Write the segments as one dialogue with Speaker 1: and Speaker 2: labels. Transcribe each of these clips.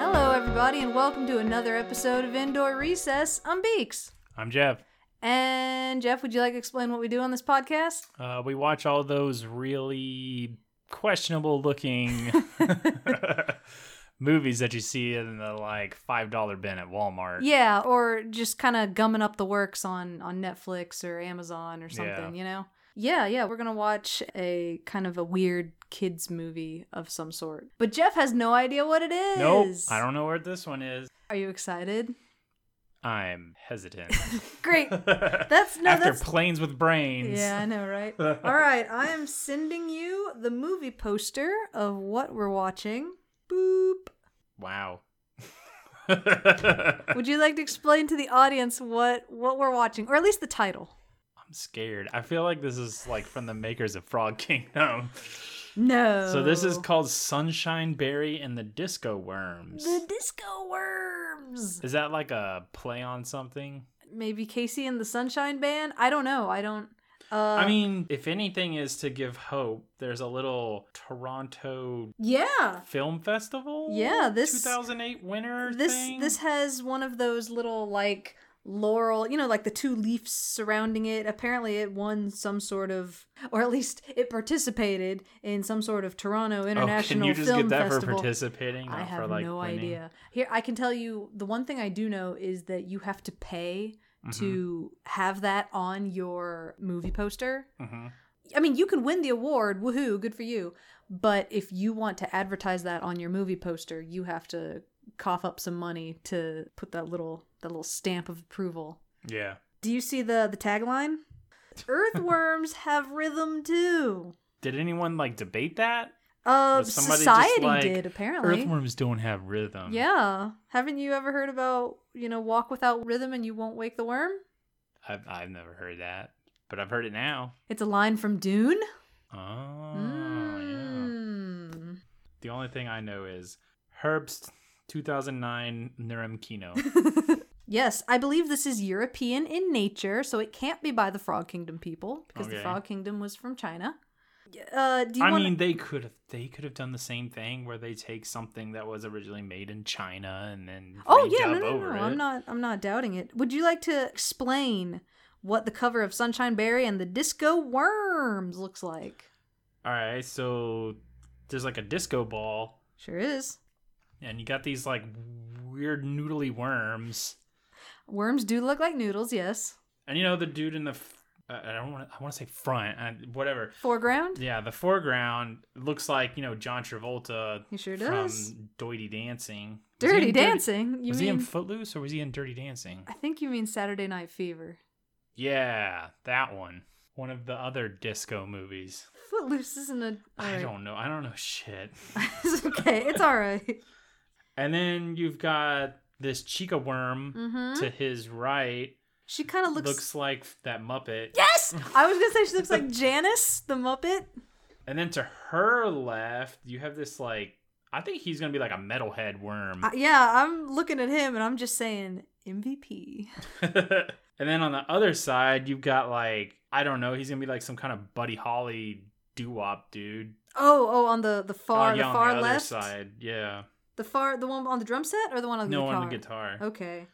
Speaker 1: Hello, everybody, and welcome to another episode of Indoor Recess. I'm Beeks.
Speaker 2: I'm Jeff.
Speaker 1: And Jeff, would you like to explain what we do on this podcast?
Speaker 2: Uh, we watch all those really questionable looking movies that you see in the like five dollar bin at Walmart.
Speaker 1: Yeah, or just kind of gumming up the works on on Netflix or Amazon or something,
Speaker 2: Yeah.
Speaker 1: you know? Yeah, yeah, we're gonna watch a kind of a weird kids movie of some sort. But Jeff has no idea what it is.
Speaker 2: Nope, I don't know where this one is.
Speaker 1: Are you excited?
Speaker 2: I'm hesitant.
Speaker 1: Great. That's no.
Speaker 2: After
Speaker 1: that's
Speaker 2: planes with brains.
Speaker 1: Yeah, I know, right? All right, I am sending you the movie poster of what we're watching. Boop.
Speaker 2: Wow.
Speaker 1: Would you like to explain to the audience what what we're watching, or at least the title?
Speaker 2: I'm scared. I feel like this is like from the makers of Frog Kingdom.
Speaker 1: No.
Speaker 2: So this is called Sunshine Berry and the Disco Worms.
Speaker 1: the Disco Worms.
Speaker 2: Is that like a play on something?
Speaker 1: Maybe Casey and the Sunshine Band. I don't know. I don't. Uh,
Speaker 2: I mean, if anything is to give hope, there's a little Toronto
Speaker 1: yeah.
Speaker 2: Film Festival.
Speaker 1: Yeah, this-
Speaker 2: 2008 winner
Speaker 1: This
Speaker 2: thing. Oh,
Speaker 1: this has one of those little like laurel, you know, like the two leaves surrounding it. Apparently, it won some sort of, or at least it participated in some sort of Toronto International
Speaker 2: oh, can you just
Speaker 1: Film
Speaker 2: get that for
Speaker 1: Festival.
Speaker 2: participating? Not
Speaker 1: I
Speaker 2: for,
Speaker 1: have
Speaker 2: like,
Speaker 1: no
Speaker 2: winning?
Speaker 1: idea. Here, I can tell you the one thing I do know is that you have to pay to
Speaker 2: Mm-hmm.
Speaker 1: have that on your movie poster.
Speaker 2: Mhm.
Speaker 1: I mean, you can win the award, woohoo, good for you. But if you want to advertise that on your movie poster, you have to cough up some money to put that little that little stamp of approval.
Speaker 2: Yeah.
Speaker 1: Do you see the the tagline? Earthworms have rhythm too.
Speaker 2: Did anyone like debate that?
Speaker 1: Uh,
Speaker 2: Was somebody just
Speaker 1: society
Speaker 2: like,
Speaker 1: did apparently.
Speaker 2: Earthworms don't have rhythm.
Speaker 1: Yeah. Haven't you ever heard about, you know, walk without rhythm and you won't wake the worm?
Speaker 2: I've I've never heard that, but I've heard it now.
Speaker 1: It's a line from Dune.
Speaker 2: Oh, yeah.
Speaker 1: Mm.
Speaker 2: The only thing I know is Herbst 2009 Nurim Kino.
Speaker 1: Yes, I believe this is European in nature, so it can't be by the Frog Kingdom people because the
Speaker 2: Okay.
Speaker 1: Frog Kingdom was from China. Uh, do you
Speaker 2: I
Speaker 1: want?
Speaker 2: mean, they could have they could have done the same thing where they take something that was originally made in China and then
Speaker 1: oh yeah, no, no,
Speaker 2: redub
Speaker 1: no,
Speaker 2: over it.
Speaker 1: I'm not. I'm not doubting it. Would you like to explain what the cover of Sunshine Berry and the Disco Worms looks like?
Speaker 2: All right, so there's like a disco ball,
Speaker 1: Sure is.
Speaker 2: and you got these like weird noodly worms,
Speaker 1: Worms do look like noodles. Yes.
Speaker 2: and you know the dude in the f- I I don't want I want to say front, I, whatever.
Speaker 1: Foreground.
Speaker 2: Yeah, the foreground looks like you know John Travolta
Speaker 1: He sure does.
Speaker 2: from Dirty Dancing. Was he
Speaker 1: Dirty
Speaker 2: in
Speaker 1: Dancing. You
Speaker 2: was
Speaker 1: mean?
Speaker 2: he in Footloose or was he in Dirty Dancing?
Speaker 1: I think you mean Saturday Night Fever.
Speaker 2: Yeah, that one. One of the other disco movies.
Speaker 1: Footloose isn't a.
Speaker 2: I
Speaker 1: alright.
Speaker 2: don't know. I don't know shit.
Speaker 1: it's okay. It's all right.
Speaker 2: and then you've got this Chica worm
Speaker 1: Mm-hmm.
Speaker 2: to his right.
Speaker 1: She kind of looks.
Speaker 2: Looks, like that Muppet.
Speaker 1: Yes, I was gonna say she looks like Janice the Muppet.
Speaker 2: And then to her left, you have this like I think he's gonna be like a metalhead worm.
Speaker 1: Uh, yeah, I'm looking at him and I'm just saying MVP.
Speaker 2: and then on the other side, you've got like I don't know. He's gonna be like some kind of Buddy Holly doo wop dude.
Speaker 1: Oh, oh, on the the far
Speaker 2: Oh, yeah,
Speaker 1: the
Speaker 2: on
Speaker 1: far
Speaker 2: the
Speaker 1: left,
Speaker 2: other side, yeah.
Speaker 1: the far the one on the drum set or the one on the
Speaker 2: No
Speaker 1: guitar.
Speaker 2: one on the guitar.
Speaker 1: Okay.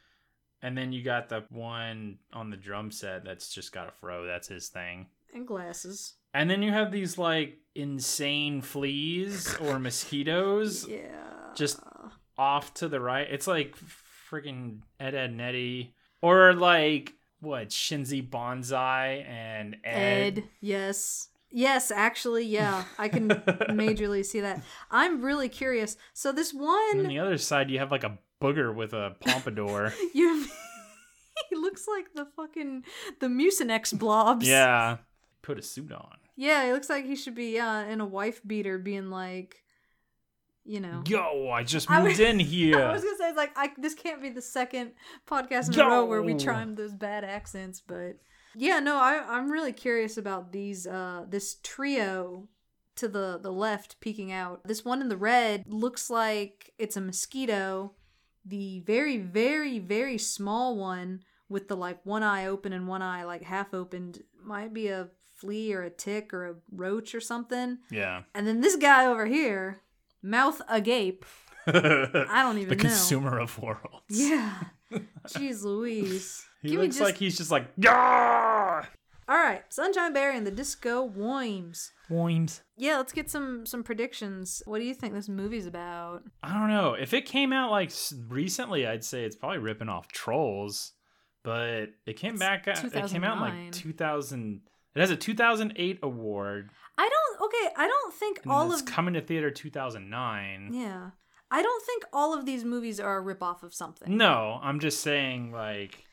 Speaker 2: And then you got the one on the drum set that's just got a fro. That's his thing.
Speaker 1: And glasses.
Speaker 2: And then you have these like insane fleas or mosquitoes
Speaker 1: Yeah.
Speaker 2: just- off to the right. It's like freaking Ed Ed Netty or like what Shinzi Bonsai and Ed.
Speaker 1: Ed. Yes. Yes, actually, yeah. I can majorly see that. I'm really curious. So this
Speaker 2: And
Speaker 1: one
Speaker 2: on the other side, you have like a booger with a pompadour.
Speaker 1: you he looks like the fucking the Mucinex blobs.
Speaker 2: yeah, put a suit on.
Speaker 1: Yeah, it looks like he should be uh, in a wife beater, being like, you know.
Speaker 2: Yo, I just
Speaker 1: I
Speaker 2: moved
Speaker 1: was-
Speaker 2: in here.
Speaker 1: I was gonna say it's like I, this can't be the second podcast in a row where we
Speaker 2: Yo.
Speaker 1: triumph those bad accents, but yeah, no, I, I'm really curious about these uh this trio to the the left peeking out. This one in the red looks like it's a mosquito. The very very very small one with the like one eye open and one eye like half opened might be a flea or a tick or a roach or something.
Speaker 2: yeah.
Speaker 1: And then this guy over here, mouth agape.
Speaker 2: the
Speaker 1: I don't even know.
Speaker 2: consumer of worlds.
Speaker 1: Yeah. Jeez Louise.
Speaker 2: He
Speaker 1: Give me
Speaker 2: looks
Speaker 1: just
Speaker 2: like he's just like, yeah.
Speaker 1: All right, Sunshine Berry and the Disco Wimes.
Speaker 2: Wimes.
Speaker 1: Yeah, let's get some some predictions. What do you think this movie's about?
Speaker 2: I don't know. If it came out like s- recently, I'd say it's probably ripping off Trolls, but it came
Speaker 1: It's
Speaker 2: back out, it came out
Speaker 1: 2009.
Speaker 2: in like 2000 It has a 2008 award.
Speaker 1: I don't okay, I don't think
Speaker 2: And
Speaker 1: all
Speaker 2: it's
Speaker 1: of
Speaker 2: coming to theater 2009.
Speaker 1: Yeah. I don't think all of these movies are a ripoff of something.
Speaker 2: No, I'm just saying like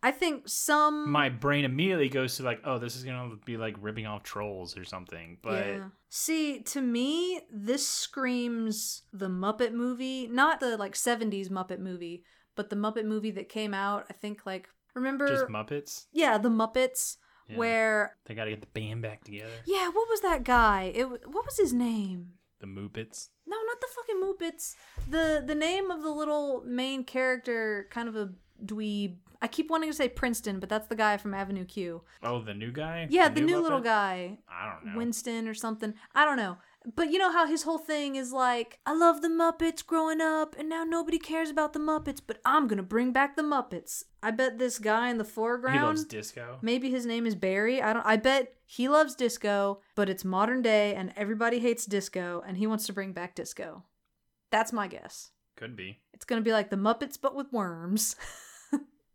Speaker 1: I think some
Speaker 2: my brain immediately goes to like, oh, this is gonna be like ripping off Trolls or something. But
Speaker 1: Yeah. see, to me, this screams the Muppet movie, not the like '70s Muppet movie, but the Muppet movie that came out. I think like remember,
Speaker 2: just Muppets.
Speaker 1: yeah, the Muppets,
Speaker 2: Yeah.
Speaker 1: where
Speaker 2: they gotta get the band back together.
Speaker 1: yeah, what was that guy? It wa- what was his name?
Speaker 2: The Muppets.
Speaker 1: No, not the fucking Muppets. The the name of the little main character, kind of a dweeb. I keep wanting to say Princeton, but that's the guy from Avenue Q.
Speaker 2: Oh, the new guy.
Speaker 1: Yeah, the, new, little
Speaker 2: Muppet?
Speaker 1: guy.
Speaker 2: I don't know.
Speaker 1: Winston or something. I don't know. But you know how his whole thing is like, I love the Muppets growing up, and now nobody cares about the Muppets, but I'm gonna bring back the Muppets. I bet this guy in the
Speaker 2: he
Speaker 1: foreground,
Speaker 2: loves disco.
Speaker 1: maybe his name is Barry. I don't. I bet he loves disco, but it's modern day, and everybody hates disco, and he wants to bring back disco. That's my guess.
Speaker 2: Could be.
Speaker 1: It's gonna be like the Muppets, but with worms,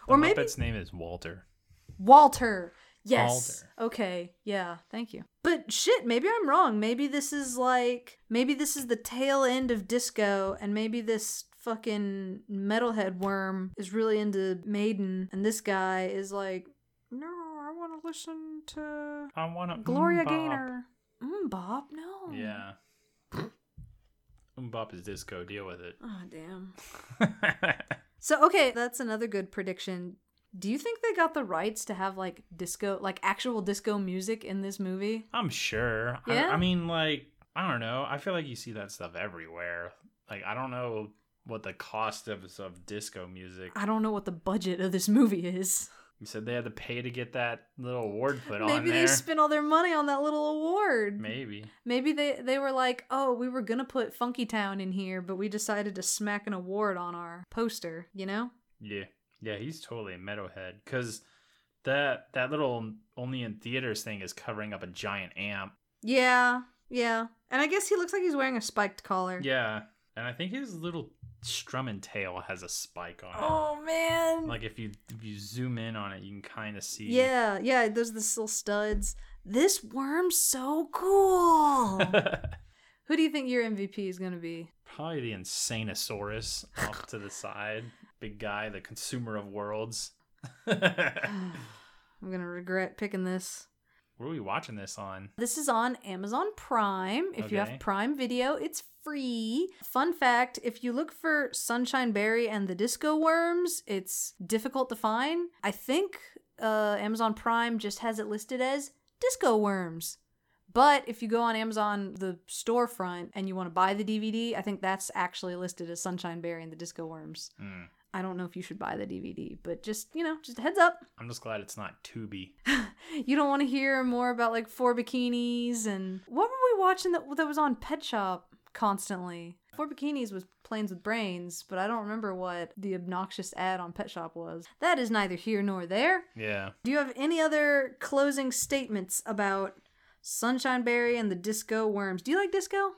Speaker 2: The
Speaker 1: or maybe
Speaker 2: Muppet's name is Walter.
Speaker 1: Walter. Yes. Okay. Yeah. Thank you. But shit, maybe I'm wrong. Maybe this is like maybe this is the tail end of disco and maybe this fucking metalhead worm is really into Maiden and this guy is like, "No, I want to listen to
Speaker 2: I wanna
Speaker 1: Gloria
Speaker 2: Mm, Bop.
Speaker 1: Gaynor." Mm, Bob, no.
Speaker 2: Yeah. Umbop is disco. Deal with it.
Speaker 1: Oh, damn. So, okay, that's another good prediction. Do you think they got the rights to have like disco, like actual disco music in this movie?
Speaker 2: I'm sure.
Speaker 1: Yeah?
Speaker 2: I, I mean, like, I don't know. I feel like you see that stuff everywhere. Like, I don't know what the cost of of disco music.
Speaker 1: I don't know what the budget of this movie is.
Speaker 2: You said they had to pay to get that little award put on
Speaker 1: Maybe
Speaker 2: there.
Speaker 1: they spent all their money on that little award.
Speaker 2: Maybe.
Speaker 1: Maybe they they were like, "Oh, we were going to put Funky Town in here, but we decided to smack an award on our poster, you know?"
Speaker 2: Yeah. Yeah, he's totally a meadowhead because that that little only in theaters thing is covering up a giant amp.
Speaker 1: Yeah. Yeah. And I guess he looks like he's wearing a spiked collar.
Speaker 2: Yeah, and I think his little strumming tail has a spike on it.
Speaker 1: Oh man.
Speaker 2: Like if you if you zoom in on it, you can kind of see.
Speaker 1: yeah, yeah, there's this little studs. This worm's so cool. Who do you think your MVP is going to be?
Speaker 2: Probably the Insanosaurus off to the side, big guy, the consumer of worlds. Where
Speaker 1: I'm going to regret picking this.
Speaker 2: are we watching this on?
Speaker 1: This is on Amazon Prime. If you
Speaker 2: Okay.
Speaker 1: have Prime Video, it's free. Fun fact if you look for Sunshine Berry and the Disco Worms, it's difficult to find. I think uh, Amazon Prime just has it listed as Disco Worms. But if you go on Amazon, the storefront, and you want to buy the DVD, I think that's actually listed as Sunshine Berry and the Disco Worms.
Speaker 2: Mm.
Speaker 1: I don't know if you should buy the DVD, but just, you know, just a heads up.
Speaker 2: I'm just glad it's not Tubi.
Speaker 1: you don't want to hear more about like four bikinis and what were we watching that that was on Pet Shop constantly? Four bikinis was Planes with Brains, but I don't remember what the obnoxious ad on Pet Shop was. That is neither here nor there.
Speaker 2: Yeah.
Speaker 1: Do you have any other closing statements about Sunshine Berry and the Disco Worms? Do you like disco?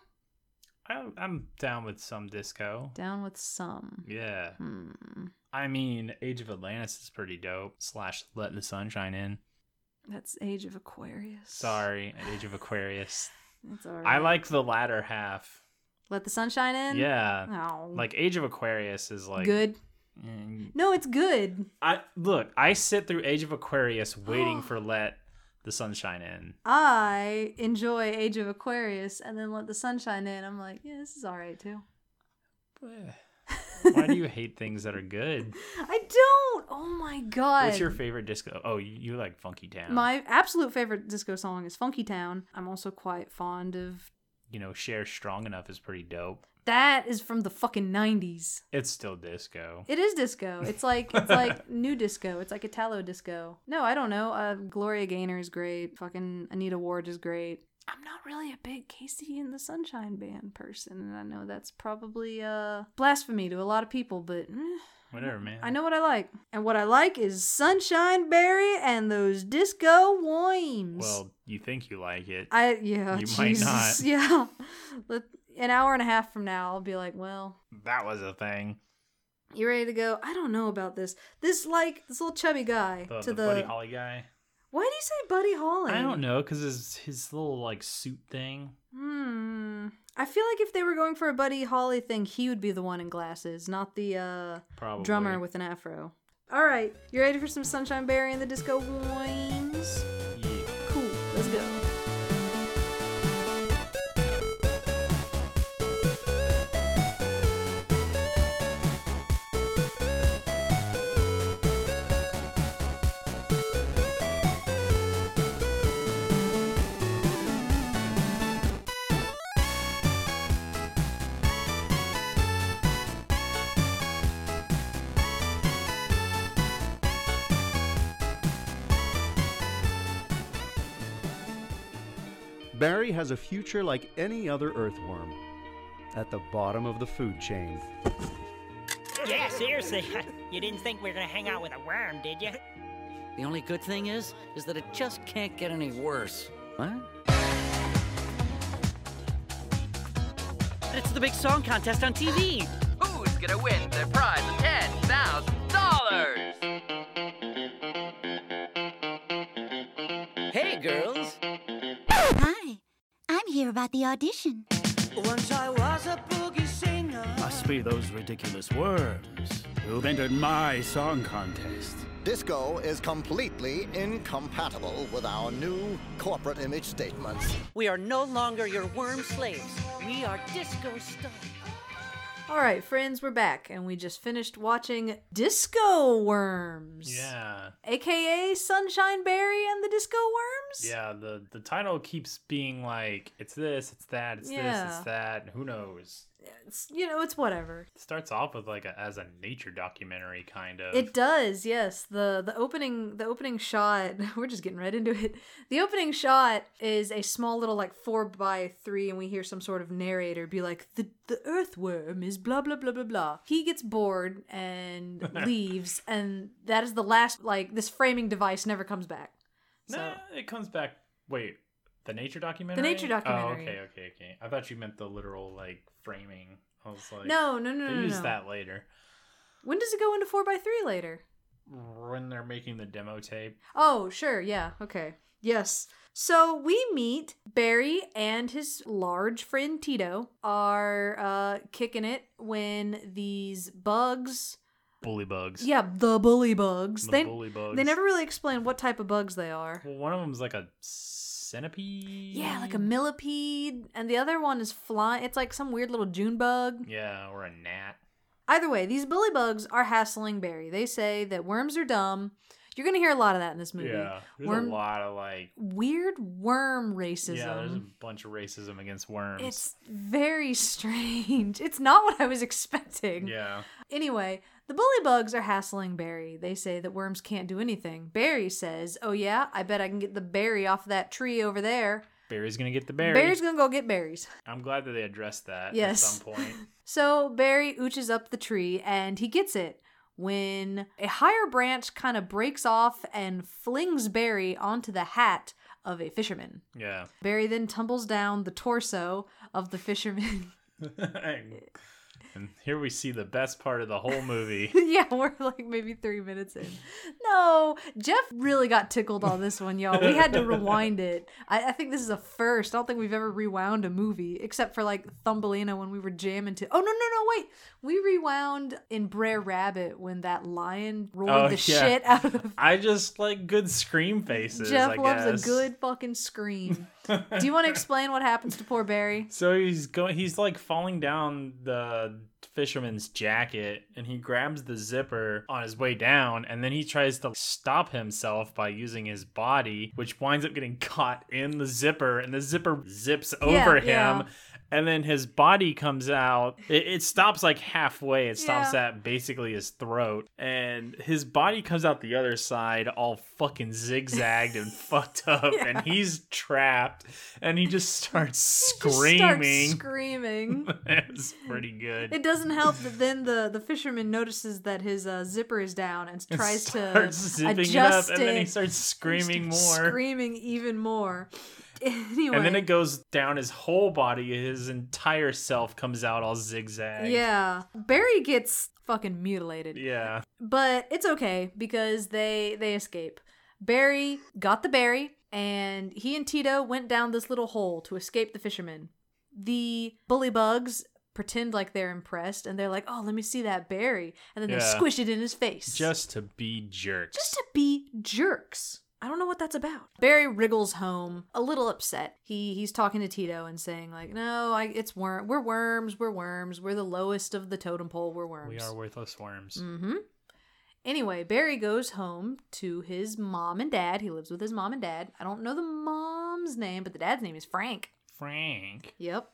Speaker 2: I, I'm down with some disco.
Speaker 1: Down with some.
Speaker 2: Yeah.
Speaker 1: Hmm.
Speaker 2: I mean, Age of Atlantis is pretty dope, slash, Let the Sunshine In.
Speaker 1: That's Age of Aquarius.
Speaker 2: Sorry, Age of Aquarius.
Speaker 1: That's all right.
Speaker 2: I like the latter half.
Speaker 1: Let the sunshine in.
Speaker 2: Yeah.
Speaker 1: Oh.
Speaker 2: Like, Age of Aquarius is like.
Speaker 1: good.
Speaker 2: Mm,
Speaker 1: No, it's good.
Speaker 2: I Look, I sit through Age of Aquarius waiting for Let the sunshine in.
Speaker 1: I enjoy Age of Aquarius and then let the sunshine in. I'm like, yeah, this is all right too.
Speaker 2: Why do you hate things that are good?
Speaker 1: I don't. Oh my god.
Speaker 2: What's your favorite disco? Oh, you, you like Funky Town.
Speaker 1: My absolute favorite disco song is Funky Town. I'm also quite fond of
Speaker 2: you know, share strong enough is pretty dope.
Speaker 1: that is from the fucking 90s.
Speaker 2: It's still disco.
Speaker 1: It is disco. It's like it's like new disco. It's like Italo disco. No, I don't know. Uh, Gloria Gaynor is great. Fucking Anita Ward is great. I'm not really a big Casey and the Sunshine Band person, and I know that's probably uh, blasphemy to a lot of people, but mm,
Speaker 2: Whatever, man.
Speaker 1: I know what I like. And what I like is Sunshine Berry and those disco whimes.
Speaker 2: Well, you think you like it.
Speaker 1: I yeah,
Speaker 2: you might
Speaker 1: Jesus.
Speaker 2: not.
Speaker 1: Yeah. Let, an hour and a half from now, I'll be like, well,
Speaker 2: that was a thing.
Speaker 1: you ready to go? I don't know about this. This like this little chubby guy
Speaker 2: The,
Speaker 1: to
Speaker 2: the,
Speaker 1: the.
Speaker 2: Buddy Holly guy.
Speaker 1: Why do you say Buddy Holly?
Speaker 2: I don't know because his his little like suit thing.
Speaker 1: Hmm. I feel like if they were going for a Buddy Holly thing, he would be the one in glasses, not the uh,
Speaker 2: Probably
Speaker 1: drummer with an afro. All right, you ready for some Sunshine Berry and the Disco Whims?
Speaker 2: Yeah.
Speaker 1: Cool. Let's go.
Speaker 3: Barry has a future like any other earthworm at the bottom of the food chain.
Speaker 4: Yeah, seriously. You didn't think we were gonna hang out with a worm, did you?
Speaker 5: The only good thing is, is that it just can't get any worse. What? It's the big song contest on TV.
Speaker 6: Who's gonna win the prize of ten thousand dollars?
Speaker 5: Hey, girls.
Speaker 7: Hi, I'm here about the audition.
Speaker 5: Once I was a boogie singer.
Speaker 8: Must be those ridiculous worms who've entered my song contest.
Speaker 9: Disco is completely incompatible with our new corporate image statements.
Speaker 5: We are no longer your worm slaves. We are disco stars.
Speaker 1: All right, friends, we're back, and we just finished watching Disco Worms.
Speaker 2: Yeah.
Speaker 1: AKA Sunshine Berry and the Disco Worms?
Speaker 2: Yeah, the the title keeps being like it's this, it's that, it's this,
Speaker 1: Yeah.
Speaker 2: it's that. Who knows?
Speaker 1: It's, you know, it's whatever.
Speaker 2: It starts off with like a, as a nature documentary kind of.
Speaker 1: It does, yes. The the opening the opening shot we're just getting right into it. The opening shot is a small little like four by three and we hear some sort of narrator be like, The the earthworm is blah blah blah blah blah. He gets bored and leaves and that is the last like this framing device never comes back. So
Speaker 2: Nah, it comes back. Wait, the nature documentary.
Speaker 1: nature documentary.
Speaker 2: Oh, okay, okay, okay. I thought you meant the literal like framing. I was like,
Speaker 1: No, no, no,
Speaker 2: They
Speaker 1: no,
Speaker 2: use
Speaker 1: no.
Speaker 2: that later
Speaker 1: when does it go into four by three later?
Speaker 2: when they're making the demo tape.
Speaker 1: Oh, sure. Yeah. Okay. Yes. So we meet Barry and his large friend Tito are uh, kicking it when these bugs.
Speaker 2: Bully bugs.
Speaker 1: Yeah, the bully bugs.
Speaker 2: The
Speaker 1: they
Speaker 2: bully bugs.
Speaker 1: they never really explain what type of bugs they are.
Speaker 2: Well, one of them's like a centipede.
Speaker 1: Yeah, like a millipede, and the other one is fly. It's like some weird little June bug.
Speaker 2: Yeah, or a gnat.
Speaker 1: Either way, these bully bugs are hassling Barry. They say that worms are dumb. You're gonna hear a lot of that in this movie.
Speaker 2: Yeah, there's
Speaker 1: Worm-
Speaker 2: a lot of like.
Speaker 1: Weird worm racism.
Speaker 2: Yeah, there's a bunch of racism against worms.
Speaker 1: It's very strange. It's not what I was expecting.
Speaker 2: yeah.
Speaker 1: Anyway, the bully bugs are hassling Barry. They say that worms can't do anything. Barry says, Oh, yeah, I bet I can get the berry off that tree over there.
Speaker 2: Barry's gonna get the berry.
Speaker 1: Barry's gonna go get berries.
Speaker 2: I'm glad that they addressed that
Speaker 1: Yes.
Speaker 2: at some point.
Speaker 1: So Barry ooches up the tree and he gets it when a higher branch kind of breaks off and flings Barry onto the hat of a fisherman.
Speaker 2: Yeah.
Speaker 1: Barry then tumbles down the torso of the fisherman.
Speaker 2: And here we see the best part of the whole movie.
Speaker 1: yeah, we're like maybe three minutes in. No, Jeff really got tickled on this one, y'all. We had to rewind it. I, I think this is a first. I don't think we've ever rewound a movie, except for like Thumbelina when we were jamming to. Oh, no, no, no, wait. We rewound in Brer Rabbit when that lion roared
Speaker 2: Oh,
Speaker 1: the
Speaker 2: yeah.
Speaker 1: shit out of the
Speaker 2: I just like good scream faces.
Speaker 1: Jeff
Speaker 2: I
Speaker 1: loves
Speaker 2: guess.
Speaker 1: a good fucking scream. Do you want to explain what happens to poor Barry?
Speaker 2: So he's going. He's like falling down the fisherman's jacket, and he grabs the zipper on his way down, and then he tries to stop himself by using his body, which winds up getting caught in the zipper, and the zipper zips over him.
Speaker 1: yeah.
Speaker 2: And then his body comes out. It, it stops like halfway. It stops
Speaker 1: Yeah.
Speaker 2: at basically his throat. And his body comes out the other side, all fucking zigzagged and fucked up. And he's trapped. And he just starts
Speaker 1: Just starts
Speaker 2: screaming.
Speaker 1: screaming.
Speaker 2: That's pretty good.
Speaker 1: It doesn't help that then the the fisherman notices that his uh, zipper is down and
Speaker 2: And
Speaker 1: tries to
Speaker 2: starts zipping it up,
Speaker 1: adjust
Speaker 2: and then he
Speaker 1: it.
Speaker 2: starts screaming more.
Speaker 1: screaming even more. Anyway,
Speaker 2: and then it goes down his whole body. His entire self comes out all zigzag.
Speaker 1: yeah, Barry gets fucking mutilated,
Speaker 2: Yeah.
Speaker 1: but it's okay because they they escape. Barry got the berry, and he and Tito went down this little hole to escape the fishermen. The bully bugs pretend like they're impressed, and they're like, "Oh, let me see that berry," and then they
Speaker 2: Yeah.
Speaker 1: squish it in his face.
Speaker 2: Just to be jerks.
Speaker 1: just to be jerks. I don't know what that's about. Barry wriggles home, a little upset. He he's talking to Tito and saying like, "No, I, it's worm. We're worms. We're worms. We're the lowest of the totem pole. We're worms."
Speaker 2: we are worthless worms.
Speaker 1: Mm-hmm. Anyway, Barry goes home to his mom and dad. He lives with his mom and dad. I don't know the mom's name, but the dad's name is Frank.
Speaker 2: Frank.
Speaker 1: Yep.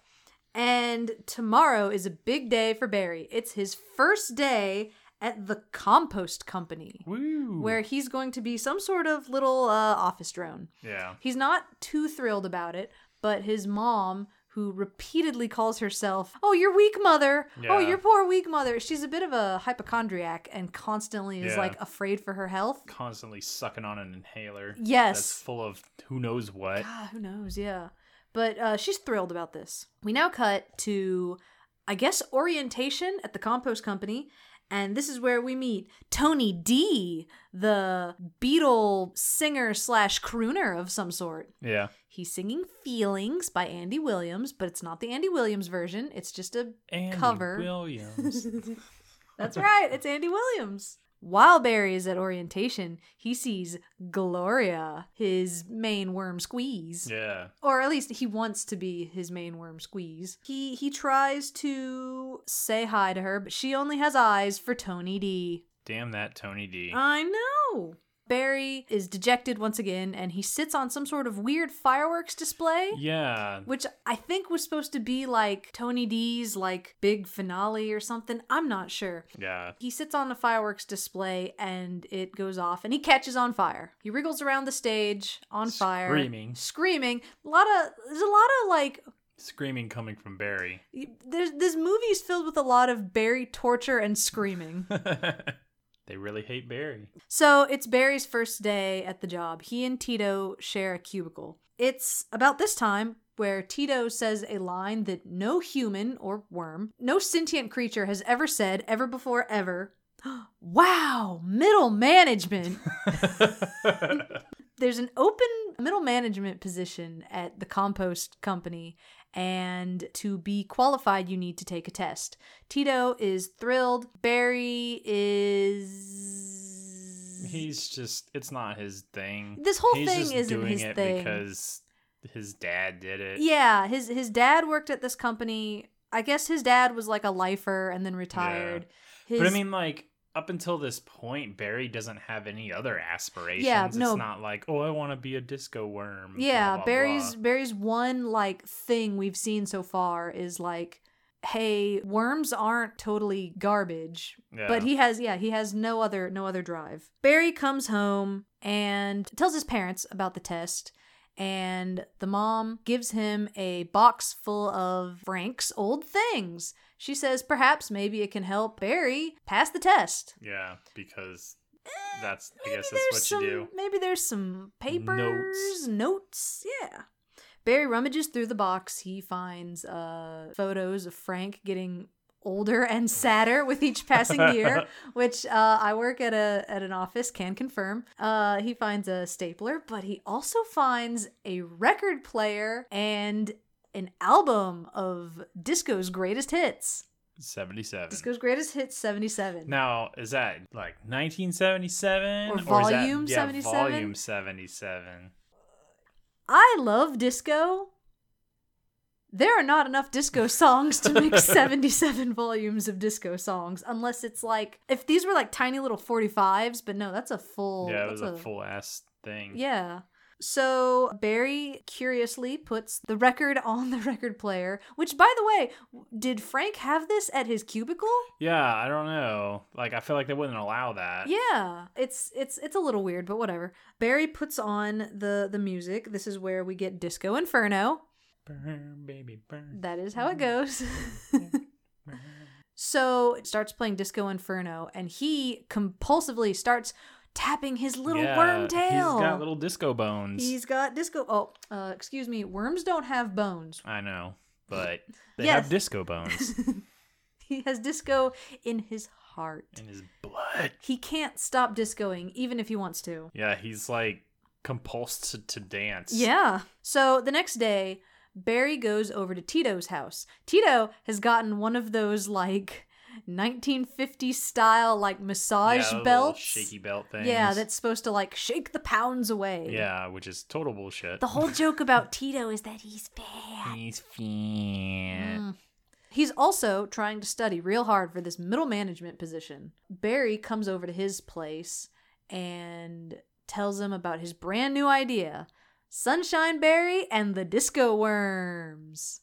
Speaker 1: And tomorrow is a big day for Barry. It's his first day at the compost company
Speaker 2: Woo.
Speaker 1: where he's going to be some sort of little uh, office drone.
Speaker 2: Yeah.
Speaker 1: He's not too thrilled about it, but his mom, who repeatedly calls herself, "Oh, your weak mother! Oh,
Speaker 2: Yeah.
Speaker 1: your poor weak mother," she's a bit of a hypochondriac and constantly is
Speaker 2: Yeah.
Speaker 1: like afraid for her health.
Speaker 2: Constantly sucking on an inhaler.
Speaker 1: Yes.
Speaker 2: That's full of who knows what.
Speaker 1: Ah, who knows? Yeah. But uh, she's thrilled about this. We now cut to, I guess, orientation at the compost company. And this is where we meet Tony D, the Beatle singer slash crooner of some sort.
Speaker 2: Yeah.
Speaker 1: He's singing Feelings by Andy Williams, but it's not the Andy Williams version. It's just a
Speaker 2: Andy
Speaker 1: cover.
Speaker 2: Williams.
Speaker 1: That's right, it's Andy Williams. While Barry is at orientation, he sees Gloria, his main worm squeeze
Speaker 2: yeah.
Speaker 1: or at least he wants to be his main worm squeeze he he tries to say hi to her but she only has eyes for tony d
Speaker 2: Damn that Tony D.
Speaker 1: i know barry is dejected once again and he sits on some sort of weird fireworks display
Speaker 2: yeah.
Speaker 1: which i think was supposed to be like tony d's like big finale or something i'm not sure
Speaker 2: Yeah.
Speaker 1: he sits on the fireworks display and it goes off and he catches on fire. He wriggles around the stage on fire.
Speaker 2: Screaming.
Speaker 1: Screaming. A lot of there's a lot of like
Speaker 2: Screaming coming from Barry.
Speaker 1: there's this movie is filled with a lot of Barry torture and screaming.
Speaker 2: they really hate Barry.
Speaker 1: so it's Barry's first day at the job. He and Tito share a cubicle. It's about this time where Tito says a line that no human or worm, no sentient creature has ever said ever before ever. wow, middle management. there's an open middle management position at the compost company and to be qualified you need to take a test tito is thrilled barry is
Speaker 2: He's just it's not his thing.
Speaker 1: This whole
Speaker 2: He's
Speaker 1: thing
Speaker 2: just
Speaker 1: isn't
Speaker 2: doing
Speaker 1: his
Speaker 2: it
Speaker 1: thing.
Speaker 2: because his dad did it.
Speaker 1: yeah his his dad worked at this company i guess his dad was like a lifer and then retired his,
Speaker 2: But I mean like up until this point Barry doesn't have any other aspirations.
Speaker 1: no.
Speaker 2: It's not like, "Oh, I want to be a disco worm." blah,
Speaker 1: yeah
Speaker 2: blah,
Speaker 1: barry's
Speaker 2: blah.
Speaker 1: barry's one like thing we've seen so far is like hey worms aren't totally garbage
Speaker 2: Yeah.
Speaker 1: but he has yeah he has no other no other drive barry comes home and tells his parents about the test and the mom gives him a box full of frank's old things she says perhaps maybe it can help barry pass the test
Speaker 2: Yeah, because that's I
Speaker 1: Maybe
Speaker 2: guess
Speaker 1: there's
Speaker 2: that's what
Speaker 1: some,
Speaker 2: you do.
Speaker 1: Maybe there's some papers, notes. Yeah. Barry rummages through the box. He finds uh, photos of Frank getting older and sadder with each passing year, which uh, I work at a at an office can confirm. Uh, he finds a stapler, but he also finds a record player and an album of disco's greatest hits.
Speaker 2: 77.
Speaker 1: Disco's greatest hits seventy seven.
Speaker 2: Now, is that like 1977?
Speaker 1: Or
Speaker 2: is
Speaker 1: volume
Speaker 2: that,
Speaker 1: 77?
Speaker 2: Yeah, volume 77.
Speaker 1: I love disco. There are not enough disco songs to make 77 volumes of disco songs, unless it's like if these were like tiny little 45s, but no, that's a full.
Speaker 2: yeah, it was
Speaker 1: that's
Speaker 2: a full ass thing.
Speaker 1: Yeah. So Barry curiously puts the record on the record player, which, by the way, w- did Frank have this at his cubicle?
Speaker 2: Yeah, I don't know. Like, I feel like they wouldn't allow that.
Speaker 1: Yeah, it's it's it's a little weird, but whatever. Barry puts on the the music. This is where we get Disco Inferno.
Speaker 2: Burn, baby, burn.
Speaker 1: That is how it goes.
Speaker 2: Mm-hmm.
Speaker 1: so starts playing Disco Inferno, and he compulsively starts tapping his little
Speaker 2: Yeah,
Speaker 1: worm tail.
Speaker 2: He's got little disco bones.
Speaker 1: He's got disco. Oh, uh, excuse me. Worms don't have bones.
Speaker 2: I know, but they
Speaker 1: Yes.
Speaker 2: have disco bones
Speaker 1: He has disco in his heart.
Speaker 2: in his blood.
Speaker 1: He can't stop discoing, even if he wants to.
Speaker 2: Yeah, he's like compulsed to, to dance.
Speaker 1: Yeah. So the next day, Barry goes over to Tito's house. Tito has gotten one of those like 1950s style like
Speaker 2: Yeah,
Speaker 1: massage
Speaker 2: those little
Speaker 1: belts.
Speaker 2: shaky belt things.
Speaker 1: Yeah, that's supposed to like shake the pounds away.
Speaker 2: yeah, which is total bullshit.
Speaker 1: The whole joke about Tito is that he's fat.
Speaker 2: he's fiend.
Speaker 1: Mm. He's also trying to study real hard for this middle management position. Barry comes over to his place and tells him about his brand new idea Sunshine Barry and the Disco Worms.